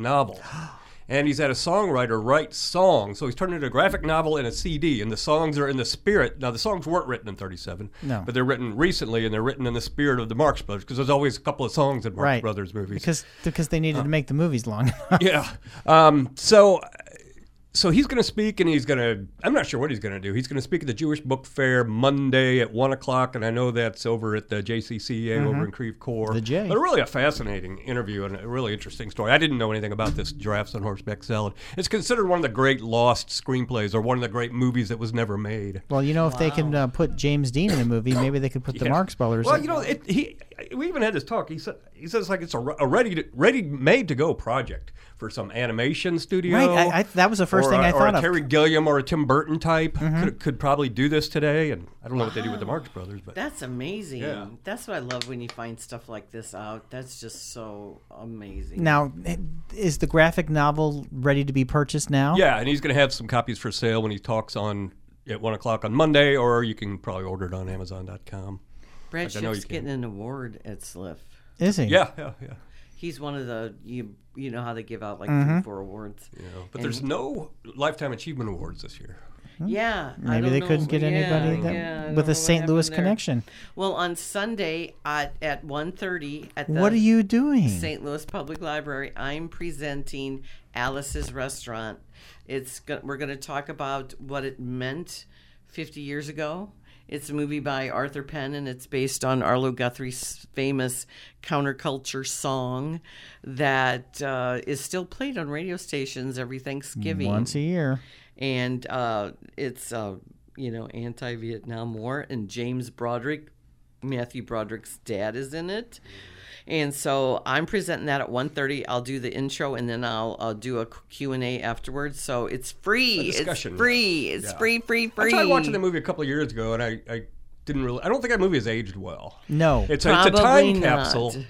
S2: *gasps*
S3: novel. And he's had a songwriter write songs. So he's turned it into a graphic novel and a CD. And the songs are in the spirit. Now, the songs weren't written in 37,
S2: No.
S3: but they're written recently and they're written in the spirit of the Marx Brothers because there's always a couple of songs in Marx
S2: Right.
S3: Brothers movies.
S2: Because because they
S3: Uh.
S2: needed to make the movies long. *laughs*
S3: yeah. Um, so. So he's going to speak, and he's going to. I'm not sure what he's going to do. He's going to speak at the Jewish Book Fair Monday at one o'clock, and I know that's over at the JCCA over in Creve Coeur.
S2: Mm-hmm. The J.
S3: But really, a fascinating interview and a really interesting story. I didn't know anything about this Giraffes on Horseback Salad. It's considered one of the great lost screenplays, or one of the great movies that was never made.
S2: well, you know, if they can uh, put James Dean in a movie, maybe they could put the
S3: Yeah.
S2: Marx Brothers.
S3: Well,
S2: in.
S3: you know, it, he we even had this talk. He said he says like it's a, re- a ready to, ready made to go project for some animation studio.
S2: Right, I- I- that was the first
S3: or
S2: thing
S3: a-
S2: I thought
S3: or
S2: of. Mm-hmm.
S3: a Terry Gilliam or a Tim Burton type could, could probably do this today. And I don't know what they do with the Marx Brothers, but
S1: That's amazing.
S3: Yeah.
S1: That's what I love when you find stuff like this out. That's just so amazing.
S2: now, is the graphic novel ready to be purchased now?
S3: yeah, and he's going to have some copies for sale when he talks on at one o'clock on Monday, or you can probably order it on Amazon.com.
S1: Brad
S3: I know
S1: Schiff's
S3: you can.
S1: getting an award at Sliff.
S2: Is he?
S3: Yeah, yeah, yeah.
S1: He's one of the you you know how they give out like
S2: Mm-hmm.
S1: three four awards.
S3: You know, but there's no lifetime achievement awards this year.
S1: Yeah, I
S2: Maybe
S1: don't
S2: they
S1: know.
S2: couldn't get
S1: Yeah,
S2: anybody that,
S1: yeah, I don't
S2: with
S1: know what
S2: a St. Louis
S1: happened there.
S2: connection.
S1: Well, on Sunday at at one thirty at the
S2: What are you doing?
S1: St. Louis Public Library. I'm presenting Alice's Restaurant. It's go- we're going to talk about what it meant 50 years ago It's a movie by Arthur Penn, and it's based on Arlo Guthrie's famous counterculture song that uh, is still played on radio stations every Thanksgiving.
S2: Once a year.
S1: And uh, it's, uh, you know, anti Vietnam War, and James Broderick, Matthew Broderick's dad, is in it. And so I'm presenting that at 1.30. I'll do the intro and then I'll uh, do a Q&A afterwards. So it's free. It's
S3: discussion,
S1: free. It's
S3: Yeah.
S1: free, free, free.
S3: I tried watching the movie a couple of years ago, and I, I didn't really. I don't think that movie has aged well.
S2: No.
S3: it's a, it's a
S1: Probably
S3: time capsule.
S1: not.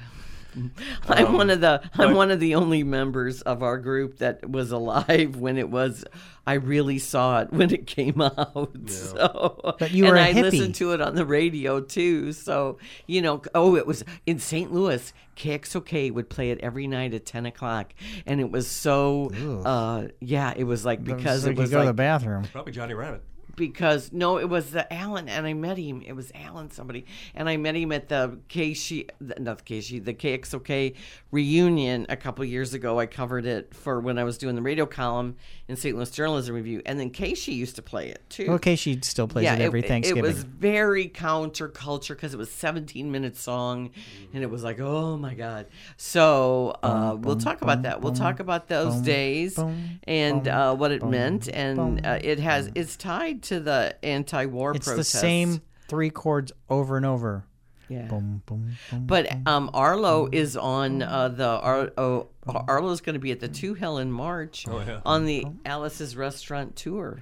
S1: I'm one of the I'm one of the only members of our group that was alive when it was. I really saw it when it came *laughs* out. So,
S2: But you were
S1: and
S2: a
S1: I
S2: hippie.
S1: listened to it on the radio too. So you know, oh, it was in St. Louis. KXOK would play it every night at ten o'clock, and it was so. Uh, yeah, it was like because
S2: so
S1: it
S2: you could
S1: was
S2: go to the
S1: like
S2: bathroom.
S3: Probably Johnny Rabbit.
S1: because no, it was the Alan, and I met him. It was Alan somebody, and I met him at the KC, the- not the KC, the KXOK reunion a couple years ago. I covered it for when I was doing the radio column in St. Louis Journalism Review, and then Casey used to play it too.
S2: Okay, she still plays it every Thanksgiving.
S1: It was very counterculture because it was 17 minutes song, and it was like, oh my god. So uh, we'll talk about that. We'll talk about those days
S2: boom,
S1: and
S2: boom,
S1: uh, what it
S2: boom,
S1: meant, and
S2: boom,
S1: uh, it has it's tied to the anti-war
S2: it's
S1: protest.
S2: the same three chords over and over.
S1: Yeah.
S2: Boom, boom, boom.
S1: But um, Arlo is on uh, the Ar- oh, Arlo's going to be at the Two Hell in March
S3: yeah.
S1: on the Alice's Restaurant tour,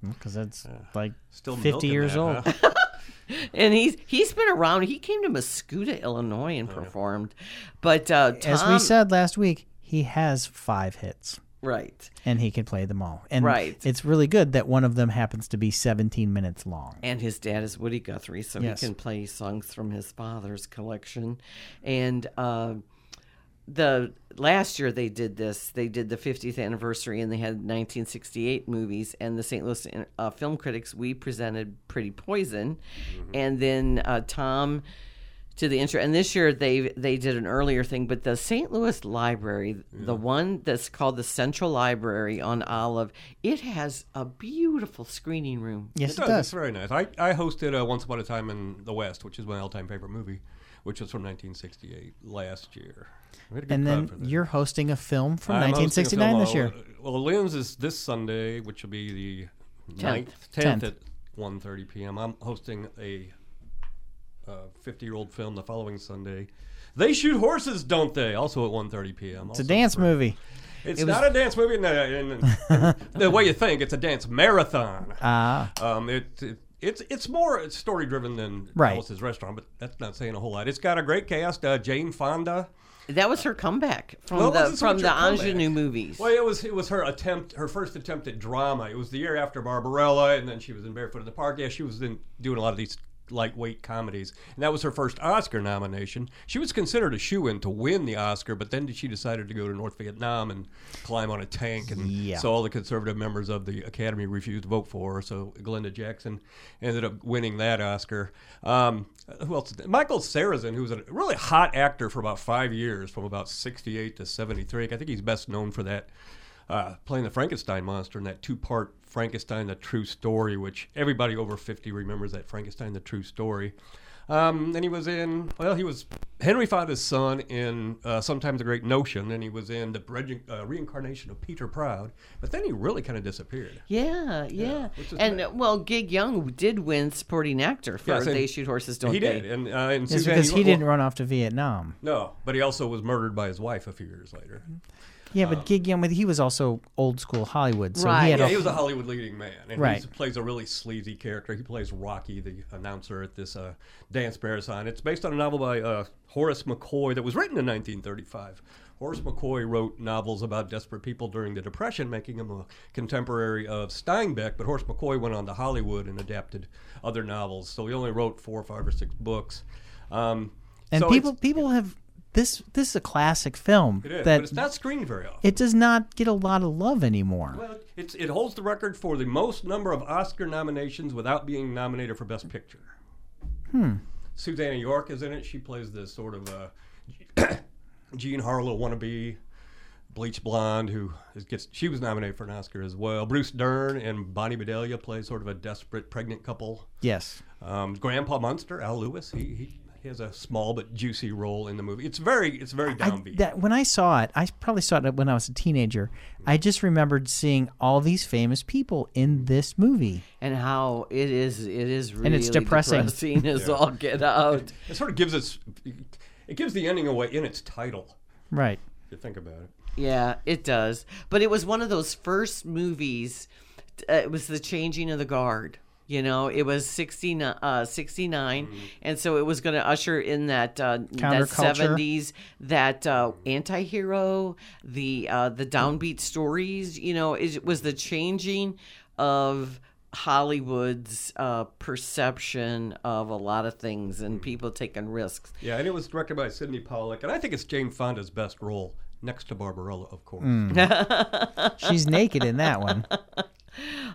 S2: Because Mm, that's like
S3: Still
S2: 50
S3: milking
S2: years
S3: that,
S2: old.
S3: huh?
S1: and he's he's been around. He came to Muscuda, Illinois, and performed. But uh, Tom,
S2: As we said last week, he has five hits
S1: right.
S2: and he can play them all. And
S1: Right.
S2: it's really good that one of them happens to be 17 minutes long.
S1: And his dad is Woody Guthrie, so
S2: Yes.
S1: he can play songs from his father's collection. And uh, the last year they did this, they did the 50th anniversary, and they had 1968 movies. And the St. Louis uh, Film Critics, we presented Pretty Poison, and then uh, Tom to the intro. And this year they they did an earlier thing, but the St. Louis Library, the one that's called the Central Library on Olive, it has a beautiful screening room.
S2: Yes,
S3: It does. It's very nice. I, I hosted uh, Once Upon a Time in the West, which is my all-time favorite movie, which was from 1968 last year. We had a good
S2: And
S3: crowd for
S2: then
S3: that.
S2: you're hosting a film from
S3: I'm hosting a
S2: 1969
S3: film
S2: this
S3: all-
S2: year.
S3: Well, Lynn's is this Sunday, which will be the 9th, 10th,
S2: Tenth.
S3: at 1.30 p.m. I'm hosting a uh, 50-year-old film the following Sunday. They shoot horses, don't they? Also at 1.30 p.m.
S2: It's a dance movie.
S3: It's not a dance movie. No,
S2: *laughs*
S3: in, the way you think, it's a dance marathon.
S2: Ah,
S3: Um, it, it it's it's more it's story driven than
S2: Right.
S3: Alice's Restaurant, but that's not saying a whole lot. It's got a great cast. Uh, Jane Fonda.
S1: That was her comeback from
S3: Well, it
S1: the
S3: wasn't so
S1: from
S3: much
S1: the
S3: her comeback.
S1: ingenue movies.
S3: Well, it was it was her attempt, her first attempt at drama. It was the year after Barbarella, and then she was in Barefoot in the Park. Yeah, she was in doing a lot of these lightweight comedies, and that was her first Oscar nomination. She was considered a shoe-in to win the Oscar, but then she decided to go to North Vietnam and climb on a tank, and
S2: Yeah.
S3: so all the conservative members of the Academy refused to vote for her. So Glenda Jackson ended up winning that Oscar. Um, who else? Michael Sarrazin, who was a really hot actor for about five years, from about '68 to '73. I think he's best known for that uh, playing the Frankenstein monster in that two-part Frankenstein: The True Story, which everybody over 50 remembers that Frankenstein: The True Story. Um, and he was in, well, he was Henry Fonda's son in uh, Sometimes a Great Notion, and he was in the bridging, uh, reincarnation of Peter Proud, but then he really kind of disappeared.
S1: yeah, yeah,
S3: which is
S1: and
S3: bad.
S1: uh, well, Gig Young did win supporting actor for
S3: Yeah, so
S1: "They Shoot Horses, Don't
S3: he
S1: They?"
S3: did. And, uh, and
S2: it's
S3: Suzanne,
S2: because
S3: you-
S2: he
S3: well,
S2: didn't run off to Vietnam.
S3: No, but he also was murdered by his wife a few years later.
S2: Mm-hmm. Yeah, but Gig Young, he was also old school Hollywood, so he
S1: Right.
S2: had
S3: Um, Yeah,
S2: a
S3: he was a Hollywood leading man, and he
S2: Right.
S3: plays a really sleazy character. He plays Rocky, the announcer at this uh, dance marathon. It's based on a novel by uh, Horace McCoy that was written in 1935. Horace McCoy wrote novels about desperate people during the Depression, making him a contemporary of Steinbeck. But Horace McCoy went on to Hollywood and adapted other novels, so he only wrote four, five, or six books. Um,
S2: and
S3: so it's-
S2: people people have this this is a classic film
S3: it is, but
S2: that
S3: it's not screened very often.
S2: it does not get a lot of love anymore.
S3: Well, it's, it holds the record for the most number of Oscar nominations without being nominated for Best Picture. Hmm. Susanna *coughs* York is in it. She plays this sort of uh, Jean Harlow wannabe Bleach Blonde, who is, gets she was nominated for an Oscar as well. Bruce Dern and Bonnie Bedelia play sort of a desperate pregnant couple.
S2: Yes.
S3: Um, Grandpa Munster, Al Lewis, he, he he has a small but juicy role in the movie. It's very it's very
S2: I-
S3: downbeat.
S2: that when I saw it, I probably saw it when I was a teenager. I just remembered seeing all these famous people in this movie.
S1: and how it is it is really
S2: it's depressing.
S1: depressing as all get
S3: *laughs*
S1: out.
S3: it sort of gives us it gives the ending away in its title.
S2: Right.
S3: If you think about it.
S1: Yeah, it does. But it was one of those first movies. Uh, it was the changing of the guard. You know, it was 69, uh, 69 and so it was going to usher in that uh, that
S2: Counterculture.
S1: 70s, that uh, anti-hero, the uh, the downbeat stories. You know, it was the changing of Hollywood's uh, perception of a lot of things and people taking risks.
S3: Yeah, and it was directed by Sidney Pollack, and I think it's Jane Fonda's best role, next to Barbarella, of course.
S2: Hmm. She's naked in that one.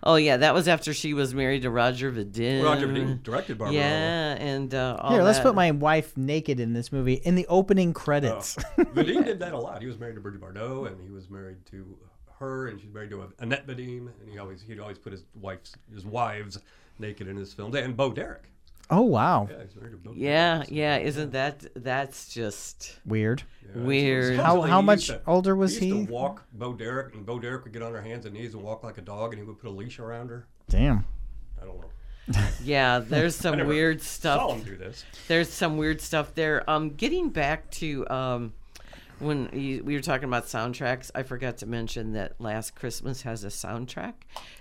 S1: Oh yeah, that was after she was married to Roger Vadim.
S3: Roger Vadim directed Barbarella.
S1: Yeah, and uh, *laughs* all
S2: Here, let's
S1: that.
S2: put my wife naked in this movie in the opening credits.
S1: *laughs*
S3: Oh. Vadim did that a lot. He was married to Bridget Bardot, and he was married to her, and she's married to Annette Vadim, and he always he'd always put his wife's his wives naked in his films, and Bo Derek.
S2: *laughs* Oh, wow.
S3: Yeah, he's married to Bo. Derek.
S1: Yeah, yeah. Isn't that that's just
S2: Weird.
S1: weird?
S2: How-
S3: Supposedly
S2: how
S3: he
S2: much
S3: used to-
S2: older was
S3: He used
S2: he?
S3: to walk Bo Derek, and Bo Derek would get on her hands and knees and walk like a dog, and he would put a leash around her.
S2: Damn.
S3: I don't know.
S1: yeah,
S3: *laughs*
S1: there's some
S3: never
S1: weird
S3: Saw
S1: stuff.
S3: him do this.
S1: There's some weird stuff there. Um, getting back to um, when you, we were talking about soundtracks, I forgot to mention that Last Christmas has a soundtrack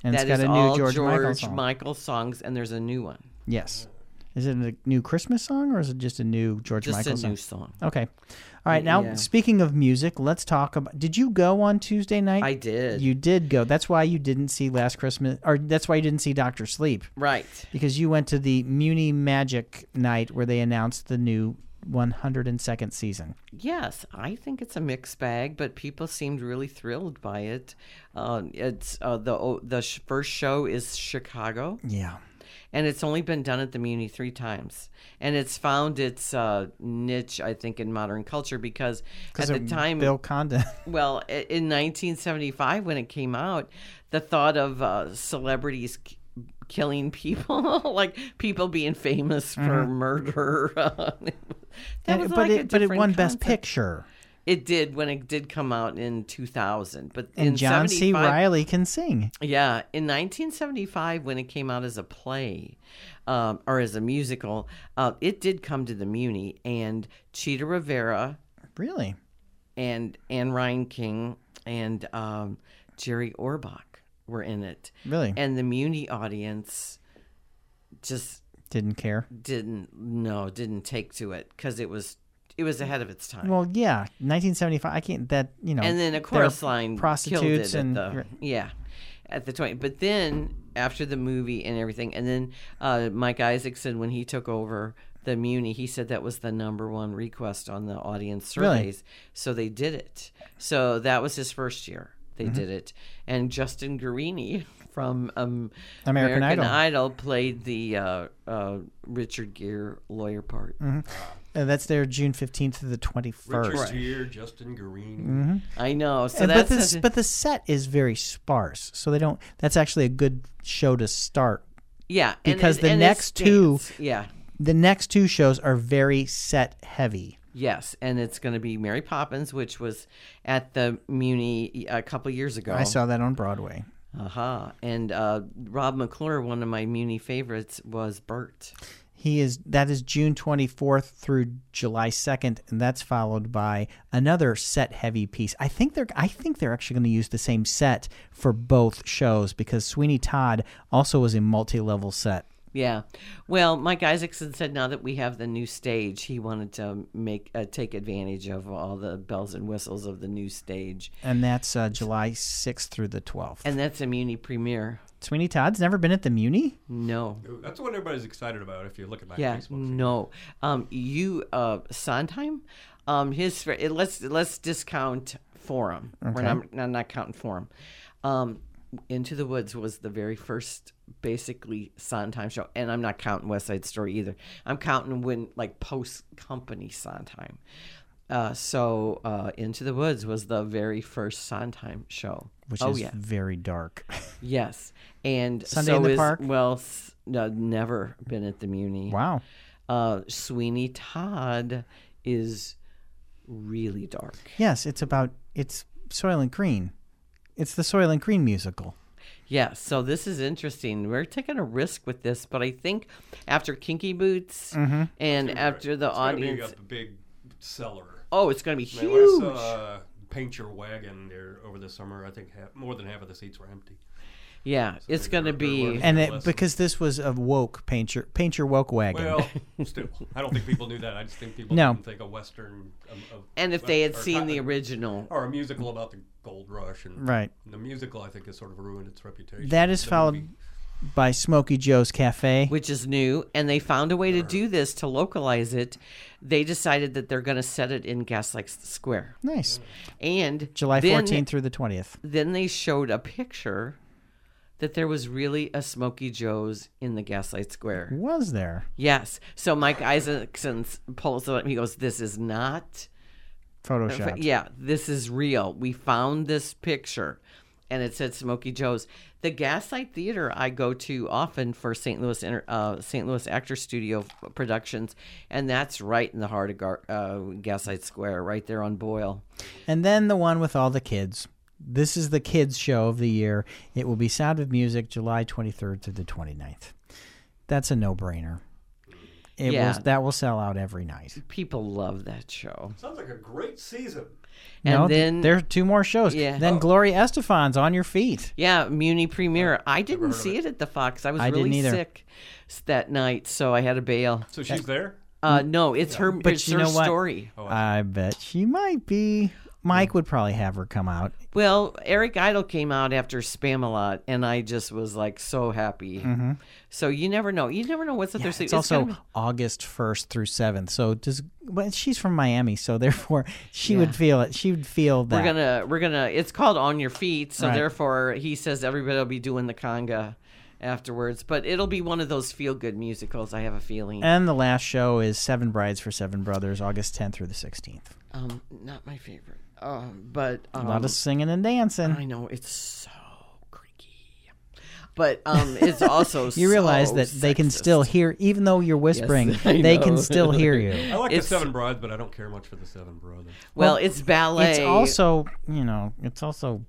S2: And it's
S1: that
S2: got
S1: is
S2: a new
S1: all
S2: George Michael song.
S1: Michael songs, and there's a new one,
S2: Yes. Is it a new Christmas song or is it just a new George
S1: just
S2: Michael
S1: a
S2: song?
S1: new song.
S2: Okay. All right. Now,
S1: Yeah.
S2: speaking of music, let's talk about. Did you go on Tuesday night?
S1: I did.
S2: You did go. That's why you didn't see Last Christmas, or that's why you didn't see Doctor Sleep,
S1: right.
S2: because you went to the Muni Magic night where they announced the new 102nd season.
S1: Yes, I think it's a mixed bag, but people seemed really thrilled by it. Um, it's uh, the o- the sh- first show is Chicago,
S2: Yeah.
S1: and it's only been done at the Muni three times, and it's found its uh, niche, I think, in modern culture because at the time,
S2: Bill Condon.
S1: well, i- in 1975 when it came out, the thought of uh, celebrities k- killing people, *laughs* like people being famous for murder, *laughs* that was
S2: *laughs* Mm-hmm. Eh, but
S1: like a
S2: it, but it
S1: different
S2: won Best
S1: concept.
S2: Picture,
S1: It did when it did come out in 2000, but in
S2: and John C.
S1: 75
S2: Riley can sing.
S1: yeah, in 1975 when it came out as a play, um, or as a musical, uh, it did come to the Muni, and Cheetah Rivera
S2: Really?
S1: and Anne Ryan King and um, Jerry Orbach were in it,
S2: Really?
S1: and the Muni audience just
S2: Didn't care.
S1: didn't no didn't take to it because it was it was ahead of its time.
S2: Well, yeah, 1975. I can't. That you know.
S1: and then a
S2: they're
S1: chorus line killed
S2: prostitutes
S1: it
S2: and
S1: at the, yeah at the 20 but then after the movie and everything and then uh, mike isaacson when he took over the muni he said that was the number one request on the audience
S2: Really?
S1: surveys so they did it so that was his first year they
S2: Mm-hmm.
S1: did it and justin guarini from um,
S2: American Idol.
S1: played the uh, uh, richard gere lawyer part
S2: uh, that's their June 15th to the 21st.
S3: Richard Gere, Justin Green.
S1: i know so
S2: And- but
S1: that's
S2: this,
S1: such a-
S2: but the set is very sparse, so they don't. That's actually a good show to start.
S1: yeah and
S2: because
S1: it-
S2: the
S1: and it's
S2: next two-
S1: dance. yeah
S2: The next two shows are very set heavy.
S1: Yes, and it's going to be Mary Poppins, which was at the Muni uh, a couple years ago.
S2: I saw that on Broadway.
S1: Uh-huh. And uh, Rob McClure, one of my Muni favorites, was Bert.
S2: He is that is June 24th through July 2nd, and that's followed by another set heavy piece. I think they're I think they're actually going to use the same set for both shows because Sweeney Todd also was a multi level set.
S1: Yeah. Well, Mike Isaacson said now that we have the new stage, he wanted to make uh, take advantage of all the bells and whistles of the new stage,
S2: And that's uh, July 6th through the 12th.
S1: and that's a Muni premiere.
S2: Sweeney Todd's never been at the Muni?
S1: No.
S2: Mm-hmm.
S3: That's what everybody's excited about if you look at my
S1: Yeah,
S3: Facebook.
S1: no. Um, you uh, Sondheim, um, his fr- eh, let's let's discount Forum. We're not, not not counting Forum. Um, Into the Woods was the very first basically Sondheim show, and I'm not counting West Side Story either. I'm counting when like post company Sondheim. Uh, so uh, Into the Woods was the very first Sondheim show.
S2: which
S1: oh,
S2: is
S1: yeah.
S2: very dark. *laughs*
S1: Yes. And
S2: Sunday
S1: so
S2: in the
S1: is,
S2: Park?
S1: Well, s- no, never been at the Muni.
S2: wow.
S1: Uh, Sweeney Todd is really dark.
S2: Yes, it's about it's Soylent Green. It's the Soylent Green musical.
S1: Yeah, so this is interesting. We're taking a risk with this, but I think after Kinky Boots and after the
S3: it's gonna be
S1: audience,
S3: a big seller.
S1: oh, it's going to be
S3: I mean, when I
S1: huge.
S3: saw uh, Paint Your Wagon there over the summer, I think half, more than half of the seats were empty.
S1: yeah, it's going to
S3: they're- they're
S1: be.
S3: learning.
S2: And
S3: Yeah,
S2: it,
S3: less-
S2: because this was a woke paint your paint your woke wagon. *laughs*
S3: Well, still, I don't think people knew that. I just think people
S2: No.
S3: didn't think a Western. A, a-
S1: And if they had
S3: or
S1: seen the
S3: cotton-
S1: original,
S3: or a musical about the gold rush and
S2: Right.
S3: the musical i think has sort of ruined its reputation
S2: that is
S3: The
S2: followed
S3: movie.
S2: by Smokey Joe's Cafe.
S1: which is new, and they found a way to do this to localize it, they decided that they're going to set it in Gaslight Square.
S2: nice.
S1: And
S2: July
S1: then-
S2: 14th through the 20th.
S1: then they showed a picture that there was really a Smoky Joe's in the Gaslight Square.
S2: Was there
S1: Yes. So Mike Isaacson pulls it up. and He goes, "This is not.
S2: Photoshop?
S1: Yeah, this is real. We found this picture." And it said Smokey Joe's. The Gaslight Theater I go to often for St. Louis inter- uh, St. Louis Actor Studio productions, and that's right in the heart of Gar- uh, Gaslight Square, right there on Boyle.
S2: And then the one with all the kids. This is the kids show of the year. It will be Sound of Music July 23rd to the 29th. That's a no-brainer. It
S1: Yeah.
S2: will, that will sell out every night.
S1: People love that show.
S3: sounds like a great season
S1: And
S2: no, th-
S1: then
S2: there are two more shows.
S1: Yeah. Oh.
S2: Then Gloria Estefan's on your feet.
S1: Yeah, Muni premiere. I didn't see it at the Fox. I was
S2: I didn't
S1: really
S2: either.
S1: sick s- that night, so I had a bail.
S3: so she's there
S1: Uh, no, it's her. But it's
S2: Mm. you
S1: her
S2: know what?
S1: story.
S3: Oh,
S2: I bet she might be. Mike would probably have her come out.
S1: Well, Eric Idle came out after Spam a lot, and I just was like so happy. So you never know. You never know what's up there. So
S2: Mm-hmm. It's, also
S1: gonna
S2: August 1st through 7th. So does but she's from Miami, so *laughs* therefore she would feel it. She would feel
S1: be-
S2: that.
S1: we're gonna we're gonna. It's called On Your Feet. So
S2: Right.
S1: therefore, he says everybody will be doing the conga afterwards. But it'll be one of those feel good musicals. I have a feeling.
S2: And the last show is Seven Brides for Seven Brothers, August 10th through the 16th.
S1: Um, not my favorite. Um, but um,
S2: A lot of singing and dancing.
S1: I know it's so creaky, but um, it's also
S2: *laughs* you realize
S1: so
S2: that they can
S1: sexist.
S2: still hear, even though you're whispering,
S1: *laughs* I
S2: they can
S1: know.
S2: still hear you.
S1: *laughs*
S3: i like
S1: It's-
S3: the seven brides but i don't care much for the seven brothers
S1: Well, it's ballet.
S2: It's also, you know, it's also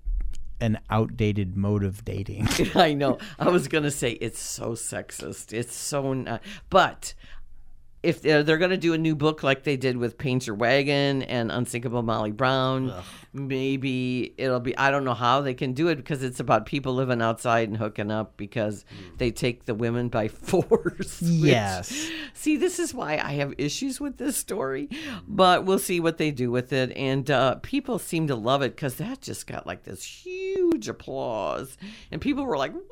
S2: an outdated mode
S1: *laughs*
S2: of dating.
S1: *laughs* I know. I was gonna say it's so sexist. It's so not. But if they're, they're gonna do a new book like they did with Paint Your Wagon and Unsinkable Molly Brown, maybe it'll be. I don't know how they can do it because it's about people living outside and hooking up because
S2: Mm.
S1: they take the women by *laughs* force. which-
S2: Yes.
S1: See, this is why I have issues with this story, but we'll see what they do with it. And uh, people seem to love it because that just got like this huge applause, and people were like, "What?"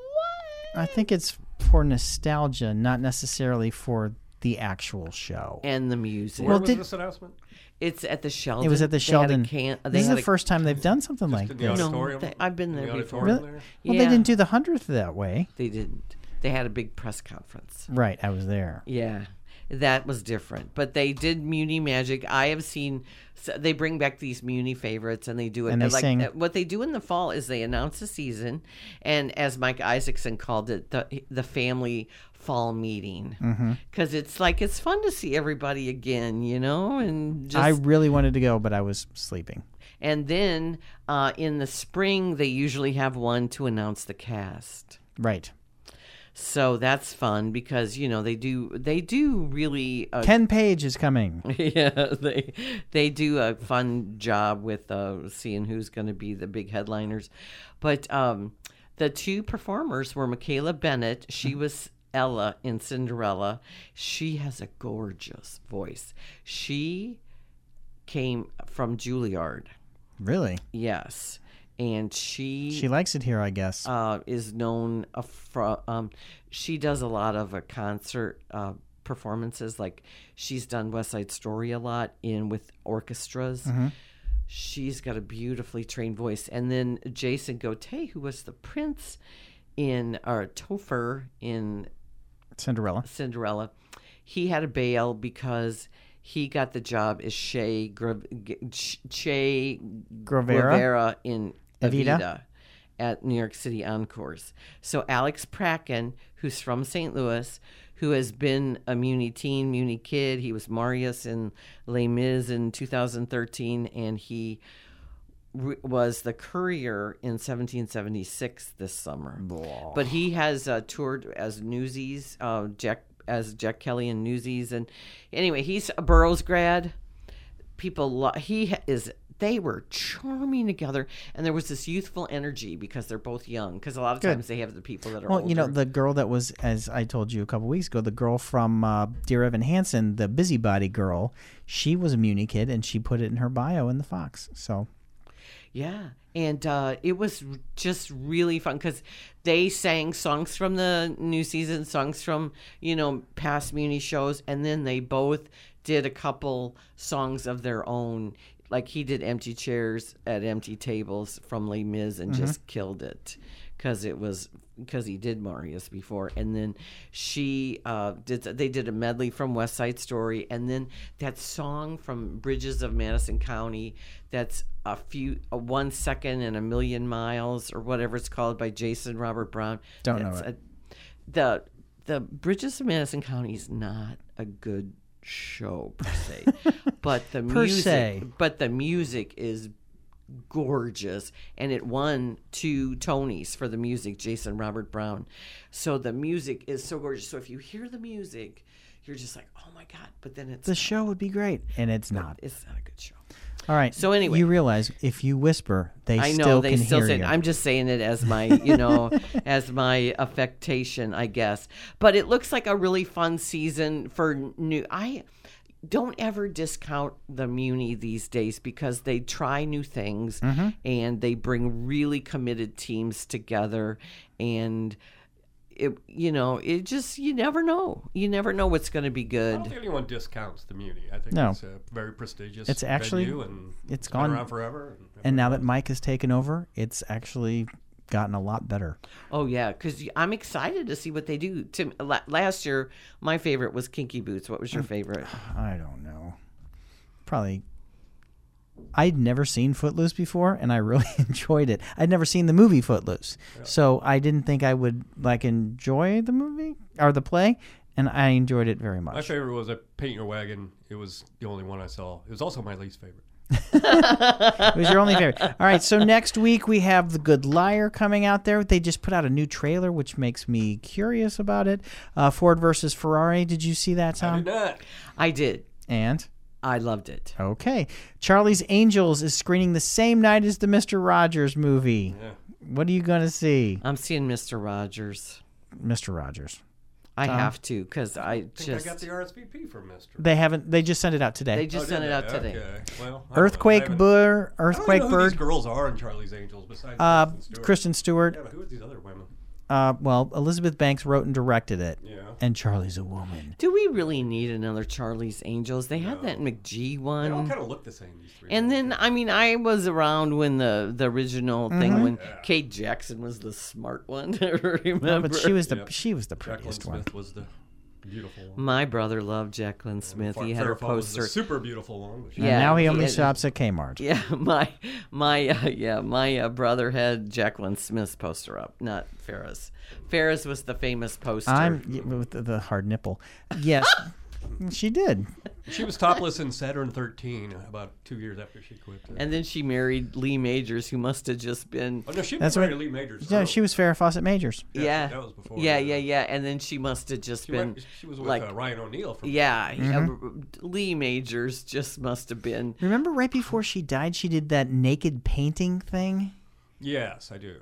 S2: I think it's for nostalgia, not necessarily for the actual show.
S1: And the music.
S3: where was
S2: did-
S3: this announcement
S1: it's at the Sheldon.
S2: It was at the
S1: They had a
S2: Sheldon.
S1: can- they
S2: this is
S1: had
S2: the
S1: a-
S2: first time they've done something like
S3: in the
S2: this.
S1: No,
S3: auditorium
S1: they- I've been
S3: In
S1: there
S3: the
S1: before.
S3: auditorium
S2: Really?
S3: there?
S2: Well,
S1: Yeah.
S2: they didn't do the hundredth that way,
S1: They didn't. They had a big press conference.
S2: right? I was there.
S1: Yeah, that was different. But they did Muni Magic. I have seen so they bring back these Muni favorites and they do it.
S2: And they
S1: like, uh,
S2: sing.
S1: What they do in the fall is they announce the season, and as Mike Isaacson called it, the the family fall meeting
S2: Mm-hmm.
S1: because it's like it's fun to see everybody again, you know, and just
S2: I really wanted to go, but I was sleeping.
S1: and then uh, in the spring they usually have one to announce the cast.
S2: Right.
S1: So that's fun because you know they do they do really uh,
S2: Ken Page is coming.
S1: *laughs* yeah, they they do a fun job with uh, seeing who's going to be the big headliners. But um, the two performers were Michaela Bennett. She was Ella in Cinderella. She has a gorgeous voice. She came from Juilliard.
S2: Really?
S1: Yes, and she
S2: She likes it here, I guess.
S1: uh, is known uh, from. Um, she does a lot of uh, concert uh, performances. Like she's done West Side Story a lot in with orchestras. She's got a beautifully trained voice. And then Jason Gauthier, who was the prince in or Topher in
S2: Cinderella.
S1: Cinderella, he had a bail because he got the job as Shay Gra- G- Ch- Che
S2: Guevara?
S1: Guevara in
S2: Evita?
S1: Evita. at New York City Encores. So Alex Pracken, who's from St. Louis, who has been a Muni teen, Muni kid, he was Marius in Les Mis in 2013, and he re- was the courier in 1776 this summer. But he has uh, toured as Newsies, uh, Jack as Jack Kelly in Newsies, and anyway, he's a Burroughs grad. People, lo- he ha- is. They were charming together, and there was this youthful energy because they're both young. Because a lot of times they have the people that are
S2: Well, you know,
S1: older.
S2: the girl that was, as I told you a couple weeks ago, the girl from uh, Dear Evan Hansen, the busybody girl, she was a Muni kid and she put it in her bio in the Fox. So
S1: Yeah. And uh, it was r- just really fun because they sang songs from the new season, songs from, you know, past Muni shows. And then they both did a couple songs of their own. Like he did Empty Chairs at Empty Tables from Les Mis and just killed it because it was because he did Marius before, and then she uh, did. They did a medley from West Side Story, and then that song from Bridges of Madison County. That's a few, a one second and a million miles, or whatever it's called by Jason Robert Brown.
S2: Don't know
S1: That's a- the the Bridges of Madison County is not a good show per
S2: *laughs*
S1: se, but the
S2: Per
S1: music,
S2: se.
S1: but the music is gorgeous and it won two tonys for the music jason robert brown so the music is so gorgeous so if you hear the music you're just like oh my god but then it's
S2: the show would be great. And it's not.
S1: it's not a good show
S2: All right.
S1: So anyway.
S2: You realize if you whisper, they
S1: i know
S2: still
S1: they
S2: can
S1: still
S2: hear
S1: say
S2: you.
S1: i'm just saying it as my you
S2: *laughs*
S1: know as my affectation i guess but it looks like a really fun season for new i don't ever discount the Muni these days because they try new things
S2: Mm-hmm.
S1: and they bring really committed teams together and it you know it just you never know you never know what's going to be
S3: I
S1: good
S3: don't think anyone discounts the Muni. I think
S2: No.
S3: it's a very prestigious.
S2: It's actually-
S3: venue and
S2: it's
S3: been
S2: gone-
S3: around forever.
S2: and now that Mike has taken over, it's actually gotten a lot better.
S1: oh yeah cuz i'm excited to see what they do to la- last year my favorite was kinky boots what
S2: Mm.
S1: was your favorite
S2: I don't know. Probably. I'd never seen Footloose before, and I really *laughs* enjoyed it. I'd never seen the movie Footloose, so I didn't think I would like enjoy the movie or the play, and I enjoyed it very
S3: My *laughs*
S2: much.
S3: favorite was a Paint Your Wagon. It was the only one I saw. It was also my least favorite.
S2: It was your only favorite. All right, so next week we have The Good Liar coming out there. They just put out a new trailer, which makes me curious about it. Uh, Ford versus Ferrari. Did you see that,
S3: I
S2: Tom?
S3: did not.
S1: i did
S2: And
S1: i loved it
S2: Okay. Charlie's Angels is screening the same night as the Mr. Rogers movie. What are you going to see,
S1: i'm seeing mr rogers
S2: Mr. Rogers?
S1: i have to cuz i
S3: I think
S1: just
S3: I got the RSVP from Mister. Oh,
S2: They haven't they just sent it out today.
S1: they just sent it out today
S3: Okay. Well, I don't know. I
S2: Earthquake
S3: haven't-
S2: Bird,
S3: I don't even
S2: Earthquake
S3: know who
S2: Bird,
S3: These girls are in Charlie's Angels besides
S2: uh,
S3: Kristen Stewart.
S2: Kristen Stewart.
S3: Yeah, but who are these other women?
S2: Uh, well, Elizabeth Banks wrote and directed it.
S3: Yeah.
S2: And Charlie's a woman.
S1: Do we really need another Charlie's Angels? They had that McGee
S3: They all
S1: one.
S3: kind of look the same. These three.
S1: And then, I mean, I was around when the, the original
S3: Mm-hmm.
S1: thing when Kate Jackson was the smart one. *laughs* I remember?
S2: But she was the
S3: Yep.
S2: she was the
S3: Jacqueline
S2: prettiest one.
S3: Smith was the beautiful one.
S1: My brother loved Jacqueline Smith. He had her
S3: Farrah Fawcett was the
S1: poster.
S3: super beautiful one. Which
S1: Yeah,
S2: and now he
S1: he
S2: only
S1: had-
S2: shops at Kmart.
S1: Yeah, *laughs* my my uh, yeah my uh, brother had Jacqueline Smith's poster up, not Ferris. Ferris was the famous poster.
S2: I'm yeah, with the, the hard nipple. Yes, *laughs* she did.
S1: Oh.
S3: She was topless in Saturn 13 about two years after she quit. the-
S1: and then she married Lee Majors, who must have just been
S3: oh, no, she
S2: That's
S3: was
S2: right.
S3: married to Lee Majors.
S2: No,
S3: early.
S2: she was Farrah Fawcett Majors.
S1: yeah,
S3: Yeah, that was before
S1: yeah,
S3: the-
S1: yeah, yeah. And then she must have just
S3: She,
S1: been
S3: went, she was with
S1: like
S3: uh, Ryan O'Neal from.
S1: Yeah, he- uh, Lee Majors just must have been.
S2: Remember right before she died, she did that naked painting thing?
S3: Yes, I do.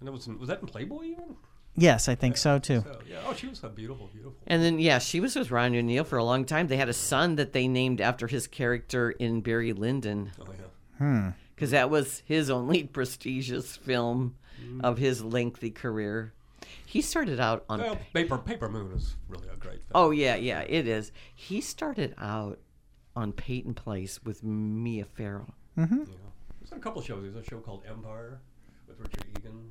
S3: And that was in, was that in Playboy even?
S2: Yes, I think so too.
S3: So, yeah. Oh, she was so beautiful, beautiful.
S1: And then, yeah, she was with Ryan O'Neal for a long time. They had a son that they named after his character in Barry Lyndon
S3: Oh yeah.
S1: because that was his only *laughs* prestigious film
S3: Mm-hmm.
S1: of his lengthy career. He started out on.
S3: Well, Paper Paper Moon is really a great film.
S1: Oh, yeah, yeah, it is. He started out on Peyton Place with Mia Farrow.
S3: Yeah. There's a couple shows. There's a show called Empire with Richard Egan.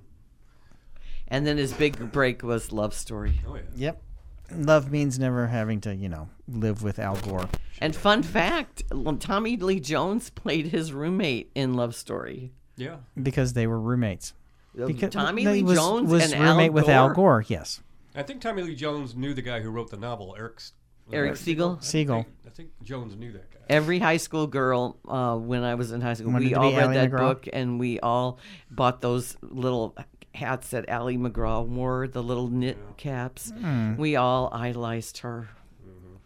S1: And then his big break was Love Story.
S3: Oh yeah.
S2: Yep. Love means never having to, you know, live with Al Gore.
S1: And fun fact Tommy Lee Jones played his roommate in Love Story.
S3: Yeah.
S2: because they were roommates. Because-
S1: Tommy
S2: no,
S1: Lee
S2: he was,
S1: Jones
S2: was
S1: and Al
S2: roommate with Al
S1: Gore.
S2: Gore. Yes,
S3: I think Tommy Lee Jones knew the guy who wrote the novel, Eric. S- was it
S1: Eric Siegel.
S2: Siegel.
S3: I think Jones knew that guy.
S1: Every high school girl, uh, when I was in high school,
S2: Wanted
S1: we
S2: to
S1: all
S2: be
S1: read
S2: Ally
S1: that
S2: McGraw?
S1: book and we all bought those little hats that Allie McGraw wore, the little knit caps.
S2: Hmm.
S1: We all idolized her.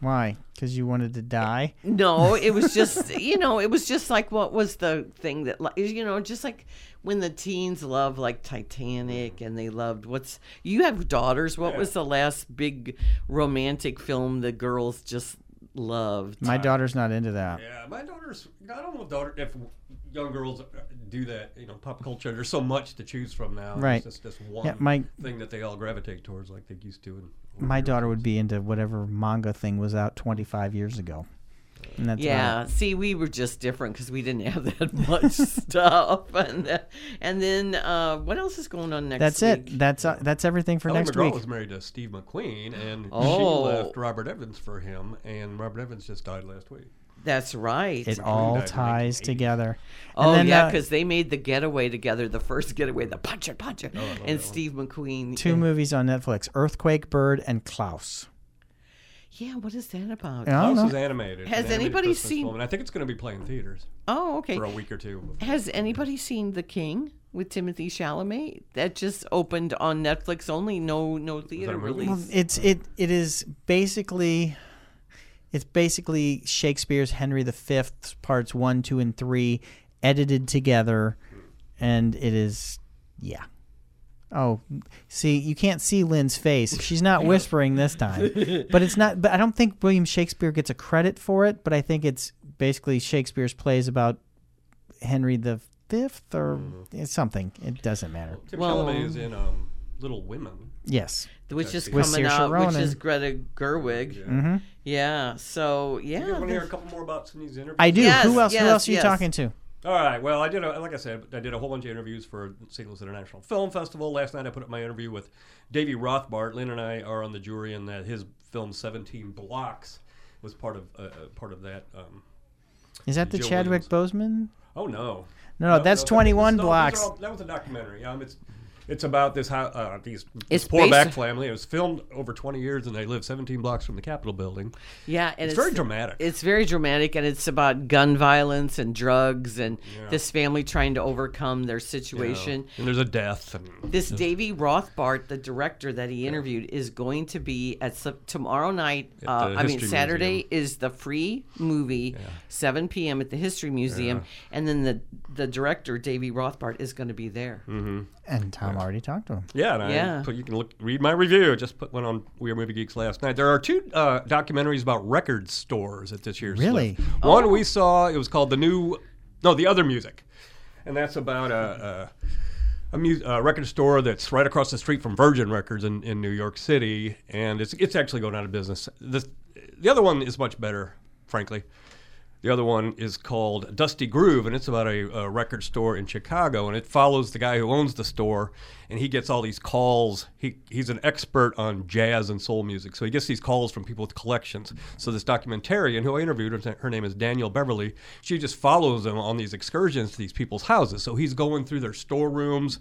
S2: Why? Because you wanted to die. *laughs*
S1: No, it was just you know, it was just like what was the thing that like, you know, just like when the teens love like Titanic and they loved what's you have daughters. What was the last big romantic film the girls just loved?
S2: My daughter's not into that.
S3: Yeah, my daughter's. I don't know if daughter if young girls uh, do that. You know, pop culture. There's so much to choose from now.
S2: Right.
S3: It's just this one
S2: Yeah, my-
S3: thing that they all gravitate towards, like they used to. And
S2: My daughter would be into whatever manga thing was out 25 years ago. And that's about it.
S1: Yeah, see, we were just different because we didn't have that *laughs* much stuff, and uh, and then uh, what else is going on next?
S2: That's
S1: week?
S2: it. That's uh, that's everything for
S3: Ellen
S2: next
S3: McGraw
S2: week.
S3: was married to Steve McQueen, and
S1: Oh.
S3: she left Robert Evans for him, and Robert Evans just died last week.
S1: That's right.
S2: It all
S3: died in
S2: ties
S3: 1980.
S2: together. And
S1: Oh yeah, 'cause
S2: then,
S1: yeah,
S2: uh,
S1: because they made the getaway together, the first getaway, the puncher puncher,
S2: Oh,
S1: and Steve McQueen.
S2: two movies on Netflix: Earthquake Bird and Klaus.
S1: Yeah, what is that about?
S2: And I don't
S3: House
S2: know.
S3: is animated.
S1: Has
S3: an animated
S1: anybody
S3: Christmas
S1: seen-
S3: Film, and I think it's going to be playing theaters
S1: Oh, okay.
S3: for a week or two.
S1: Has anybody seen The King with Timothy Chalamet? That just opened on Netflix only. No, no theater
S3: movie?
S1: release.
S2: It's it it is basically it's basically Shakespeare's Henry V parts one, two, and three edited together, and it is yeah. Oh, see, you can't see Lynn's face. She's not whispering this time. But it's not. But I don't think William Shakespeare gets a credit for it. But I think it's basically Shakespeare's plays about Henry the Fifth or something. It doesn't matter.
S3: Tim
S1: Well-
S3: Chalamet is in um, Little Women.
S2: Yes.
S1: which is
S2: With
S1: coming
S2: Saoirse
S1: out, which
S2: Ronan.
S1: is Greta
S2: Mm.
S1: Gerwig. Yeah. So
S3: You guys
S1: yeah,
S3: want to hear
S1: this-
S3: a couple more about some of these interviews?
S2: I do.
S1: Yes,
S2: who else? who
S1: yes,
S2: else are you
S1: yes.
S2: talking to?
S3: All right. Well, I did. A, like I said, I did a whole bunch of interviews for St. Louis International Film Festival last night. I put up my interview with Davey Rothbart. Lynn and I are on the jury in that his film Seventeen Blocks was part of uh, uh, part of that. Um,
S2: Is that the
S3: Joe
S2: Chadwick Boseman?
S3: oh no.
S2: No, no, that's
S3: that was-
S2: 21
S3: no, these are
S2: blocks.
S3: all- that was a documentary. Um, it's it's about this how uh, these
S1: It's
S3: this poor back
S1: based-
S3: family. It was filmed over 20 years, and they live 17 blocks from the Capitol building.
S1: yeah, and
S3: It's very dramatic.
S1: It's very dramatic, and it's about gun violence and drugs, and this family trying to overcome their
S3: you know,
S1: situation.
S3: and there's a death. And
S1: This Davy Rothbart, the director that he interviewed, is going to be at some, tomorrow night.
S3: At
S1: Uh,
S3: the
S1: I mean,
S3: History
S1: Saturday is the free movie, 7 p.m. at the History Museum, and then the the director Davy Rothbart is going to be there.
S3: Hmm.
S2: And Tom already talked to him.
S3: Yeah, and
S1: Yeah.
S3: I put, you can look read my review. Just put one on We Are Movie Geeks last night. There are two uh, documentaries about record stores at this year's.
S2: Really?
S3: One we saw. It was called the new, no, the other music, and that's about a. a a, mu- a record store that's right across the street from Virgin Records in, in New York City, and it's it's actually going out of business. The the other one is much better, frankly. The other one is called Dusty Groove, and it's about a, a record store in Chicago, and it follows the guy who owns the store, and he gets all these calls. He he's an expert on jazz and soul music, so he gets these calls from people with collections. So this documentarian who I interviewed, her- her name is Danielle Beverly, she just follows him on these excursions to these people's houses. So he's going through their storerooms,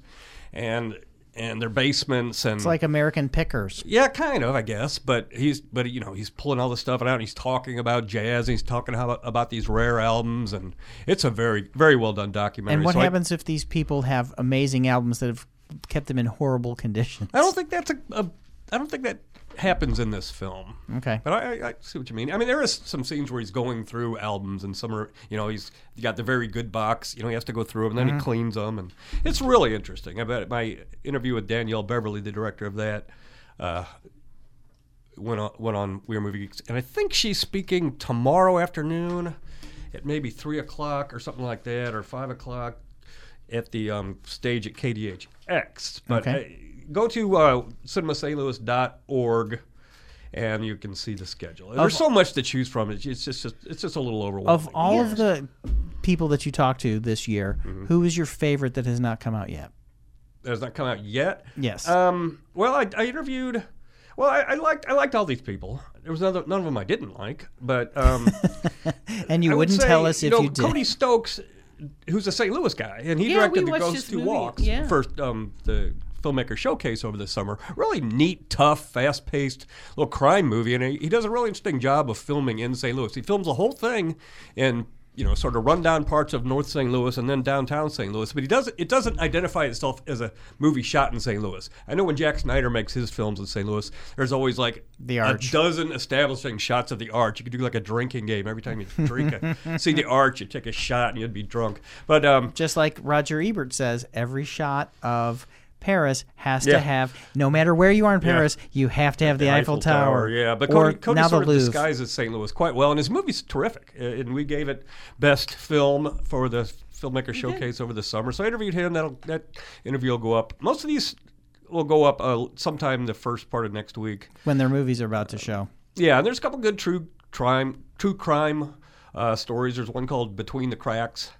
S3: and and their basements, and
S2: It's like American Pickers.
S3: yeah, kind of, I guess. But he's, but you know, he's pulling all this stuff out. And he's talking about jazz. And he's talking about, about these rare albums, and it's a very, very well done documentary.
S2: And what
S3: So I-
S2: happens if these people have amazing albums that have kept them in horrible condition?
S3: I, don't think that's a, a. I don't think that happens in this film.
S2: Okay.
S3: But I, I, I see what you mean. I mean, there is some scenes where he's going through albums, and some are, you know, he's got the very good box. You know, he has to go through them, and
S2: Mm-hmm.
S3: then he cleans them, and it's really interesting. I bet my interview with Danielle Beverly, the director of that, uh, went on went on We Are Movie Geeks, and I think she's speaking tomorrow afternoon at maybe three o'clock or something like that, or five o'clock at the um, stage at KDHX. But
S2: Okay.
S3: uh, go to uh, cinemastllouis.org and you can see the schedule. There's so much to choose from. It's just it's just, it's just a little overwhelming.
S2: Of all of the people that you talked to this year,
S3: Mm-hmm.
S2: who is your favorite that has not come out yet?
S3: that has not come out yet.
S2: Yes.
S3: Um, well, I, I interviewed. Well, I, I liked I liked all these people. There was none of, none of them I didn't like, but um,
S2: And *laughs* you
S3: I would
S2: wouldn't
S3: say,
S2: tell us if
S3: know,
S2: you did.
S3: Cody Stokes, who's a St. Louis guy, and he
S1: Yeah, we
S3: directed the
S1: watched
S3: Ghost
S1: his
S3: Who
S1: movie,
S3: Walks
S1: yeah.
S3: first um, the filmmaker showcase over the summer. Really neat, tough, fast-paced little crime movie, and he, he does a really interesting job of filming in St. Louis. He films the whole thing in you know sort of rundown parts of North St. Louis and then downtown St. Louis, but he doesn't it doesn't identify itself as a movie shot in St. Louis. I know when Jack Snyder makes his films in St. Louis, there's always like
S2: The
S3: a
S2: arch.
S3: dozen establishing shots of the arch. You could do like a drinking game. Every time you
S2: *laughs*
S3: drink, a, see the arch, you take a shot and you'd be drunk. But um,
S2: Just like Roger Ebert says, every shot of Paris has to
S3: Yeah.
S2: have, no matter where you are in Paris, you have to have the, Eiffel, Tower.
S3: yeah. But
S2: or
S3: Cody, Cody
S2: now
S3: sort
S2: the
S3: of
S2: Louvre.
S3: disguises St. Louis quite well, and his movie's terrific. Uh, And we gave it best film for the filmmaker showcase over the summer. So I interviewed him. That'll, that interview will go up. Most of these will go up uh, sometime the first part of next week.
S2: when their movies are about to show.
S3: Yeah, and there's a couple good true crime true crime uh, stories. There's one called Between the Cracks,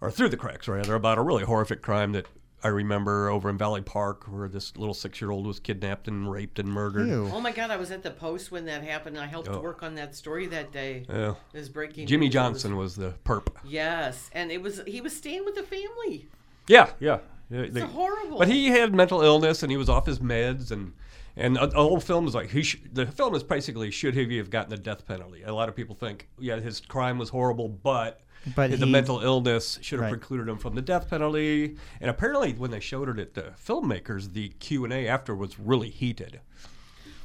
S3: or Through the Cracks, rather, about a really horrific crime that I remember over in Valley Park, where this little six-year-old was kidnapped and raped and murdered.
S2: Ew.
S1: Oh my God! I was at the post when that happened. I helped work on that story that day.
S3: Oh. Yeah.
S1: It was breaking.
S3: Jimmy
S1: news. It was-
S3: Johnson was the perp.
S1: Yes, and it was he was staying with the family.
S3: Yeah, yeah. yeah they-
S1: horrible.
S3: But he had mental illness, and he was off his meds, and and the whole film is like he. Sh- the film is basically should he have gotten the death penalty? A lot of people think, yeah, his crime was horrible, but.
S2: But
S3: the
S2: he-
S3: mental illness should have
S2: Right.
S3: precluded him from the death penalty, and apparently, when they showed it at the filmmakers, the Q and A after was really heated.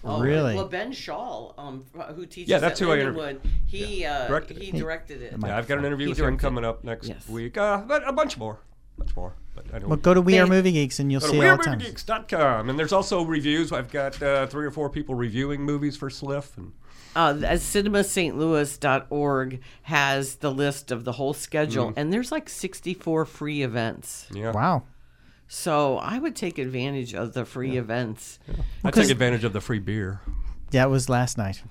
S1: Oh,
S2: Really?
S1: Well, Ben Shaw, um, who teaches
S3: Yeah, that's
S1: at
S3: who I
S1: Lindenwood, he uh,
S3: Directed
S1: he
S3: it.
S1: directed it.
S3: Yeah, I've got an interview
S1: He
S3: with him
S1: directed.
S3: coming up next
S1: Yes.
S3: week, uh, but a bunch more, bunch more. But I don't.
S2: Well, go to We Are
S1: They-
S2: Movie Geeks and you'll
S3: Go
S2: see
S3: to
S2: all the time.
S3: WeirdMovieGeeks.com. And there's also reviews. I've got uh, three or four people reviewing movies for Sliff. And
S1: uh, as cinemastlouis.org has the list of the whole schedule,
S2: Mm.
S1: and there's like 64 free events.
S3: yeah,
S2: Wow.
S1: So I would take advantage of the free events.
S3: I take advantage of the free beer.
S2: That was last night.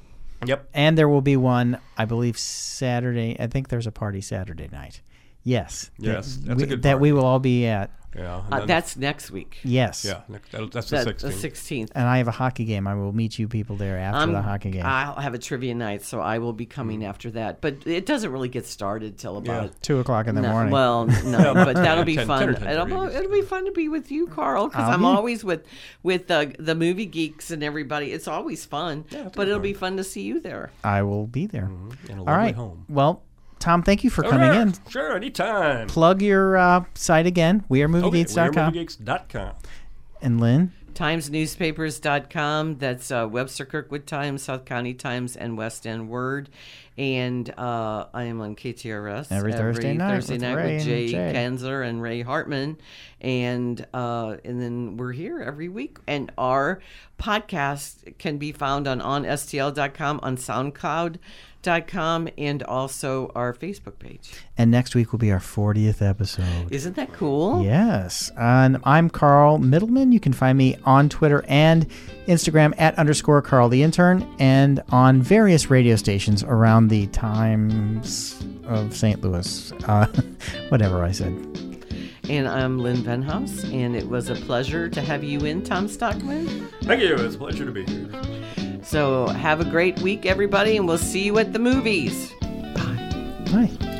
S3: Yep.
S2: And there will be one, I believe, Saturday. I think there's a party Saturday night. Yes.
S3: Yes,
S2: That,
S3: that's
S2: we,
S3: a good
S2: that we
S3: party.
S2: will all be at.
S3: Yeah. and
S1: Uh,
S3: then-
S1: that's next week.
S2: Yes.
S3: yeah. next- that'll- That's the
S1: That-
S3: 16th.
S1: the 16th.
S2: And I have a hockey game. I will meet you people there after
S1: I'm-
S3: Um,
S2: the hockey game.
S1: I'll have a trivia night, so I will be
S2: Mm.
S1: coming after that. But it doesn't really get started till about
S2: Two o'clock in the
S1: No,
S2: morning. *laughs*
S1: Well, no, but that'll be
S3: 10,
S1: fun.
S3: 10,
S1: it'll, be,
S3: 10,
S1: it'll be fun to be with you, Carl, because
S2: I'll
S1: I'm
S2: be-
S1: always with with uh, the movie geeks and everybody. It's always fun, but it'll be fun to see you there.
S2: I will be there.
S3: in
S2: All
S3: a Mm-hmm. lovely
S2: right.
S3: home.
S2: Well, Tom, thank you for coming
S3: sure,
S2: in.
S3: Sure, anytime.
S2: Plug your uh, site again. We are
S3: Okay,
S2: moviegeeks.com.
S3: WeirdMovieGeeks.com.
S2: and Lynn,
S1: timesnewspapers.com. That's uh, Webster Kirkwood Times, South County Times, and West End Word. And uh, I am on KTRS
S2: Every Thursday night
S1: Thursday
S2: with
S1: night
S2: Ray and
S1: with Jay,
S2: Jay.
S1: Kanzler and Ray Hartman, and uh, and then we're here every week. And our podcast can be found on onstl.com, on SoundCloud.com, and also our Facebook page.
S2: and next week will be our 40th episode.
S1: Isn't that cool?
S2: Yes. And I'm Carl Middleman. You can find me on Twitter and Instagram at underscore Carl the Intern and on various radio stations around the times of St. Louis. Uh, *laughs* whatever I said.
S1: And I'm Lynn Venhouse, and it was a pleasure to have you in, Tom Stockman.
S3: Thank you. It's a pleasure to be here.
S1: So have a great week, everybody, and we'll see you at the movies. Bye.
S2: Bye.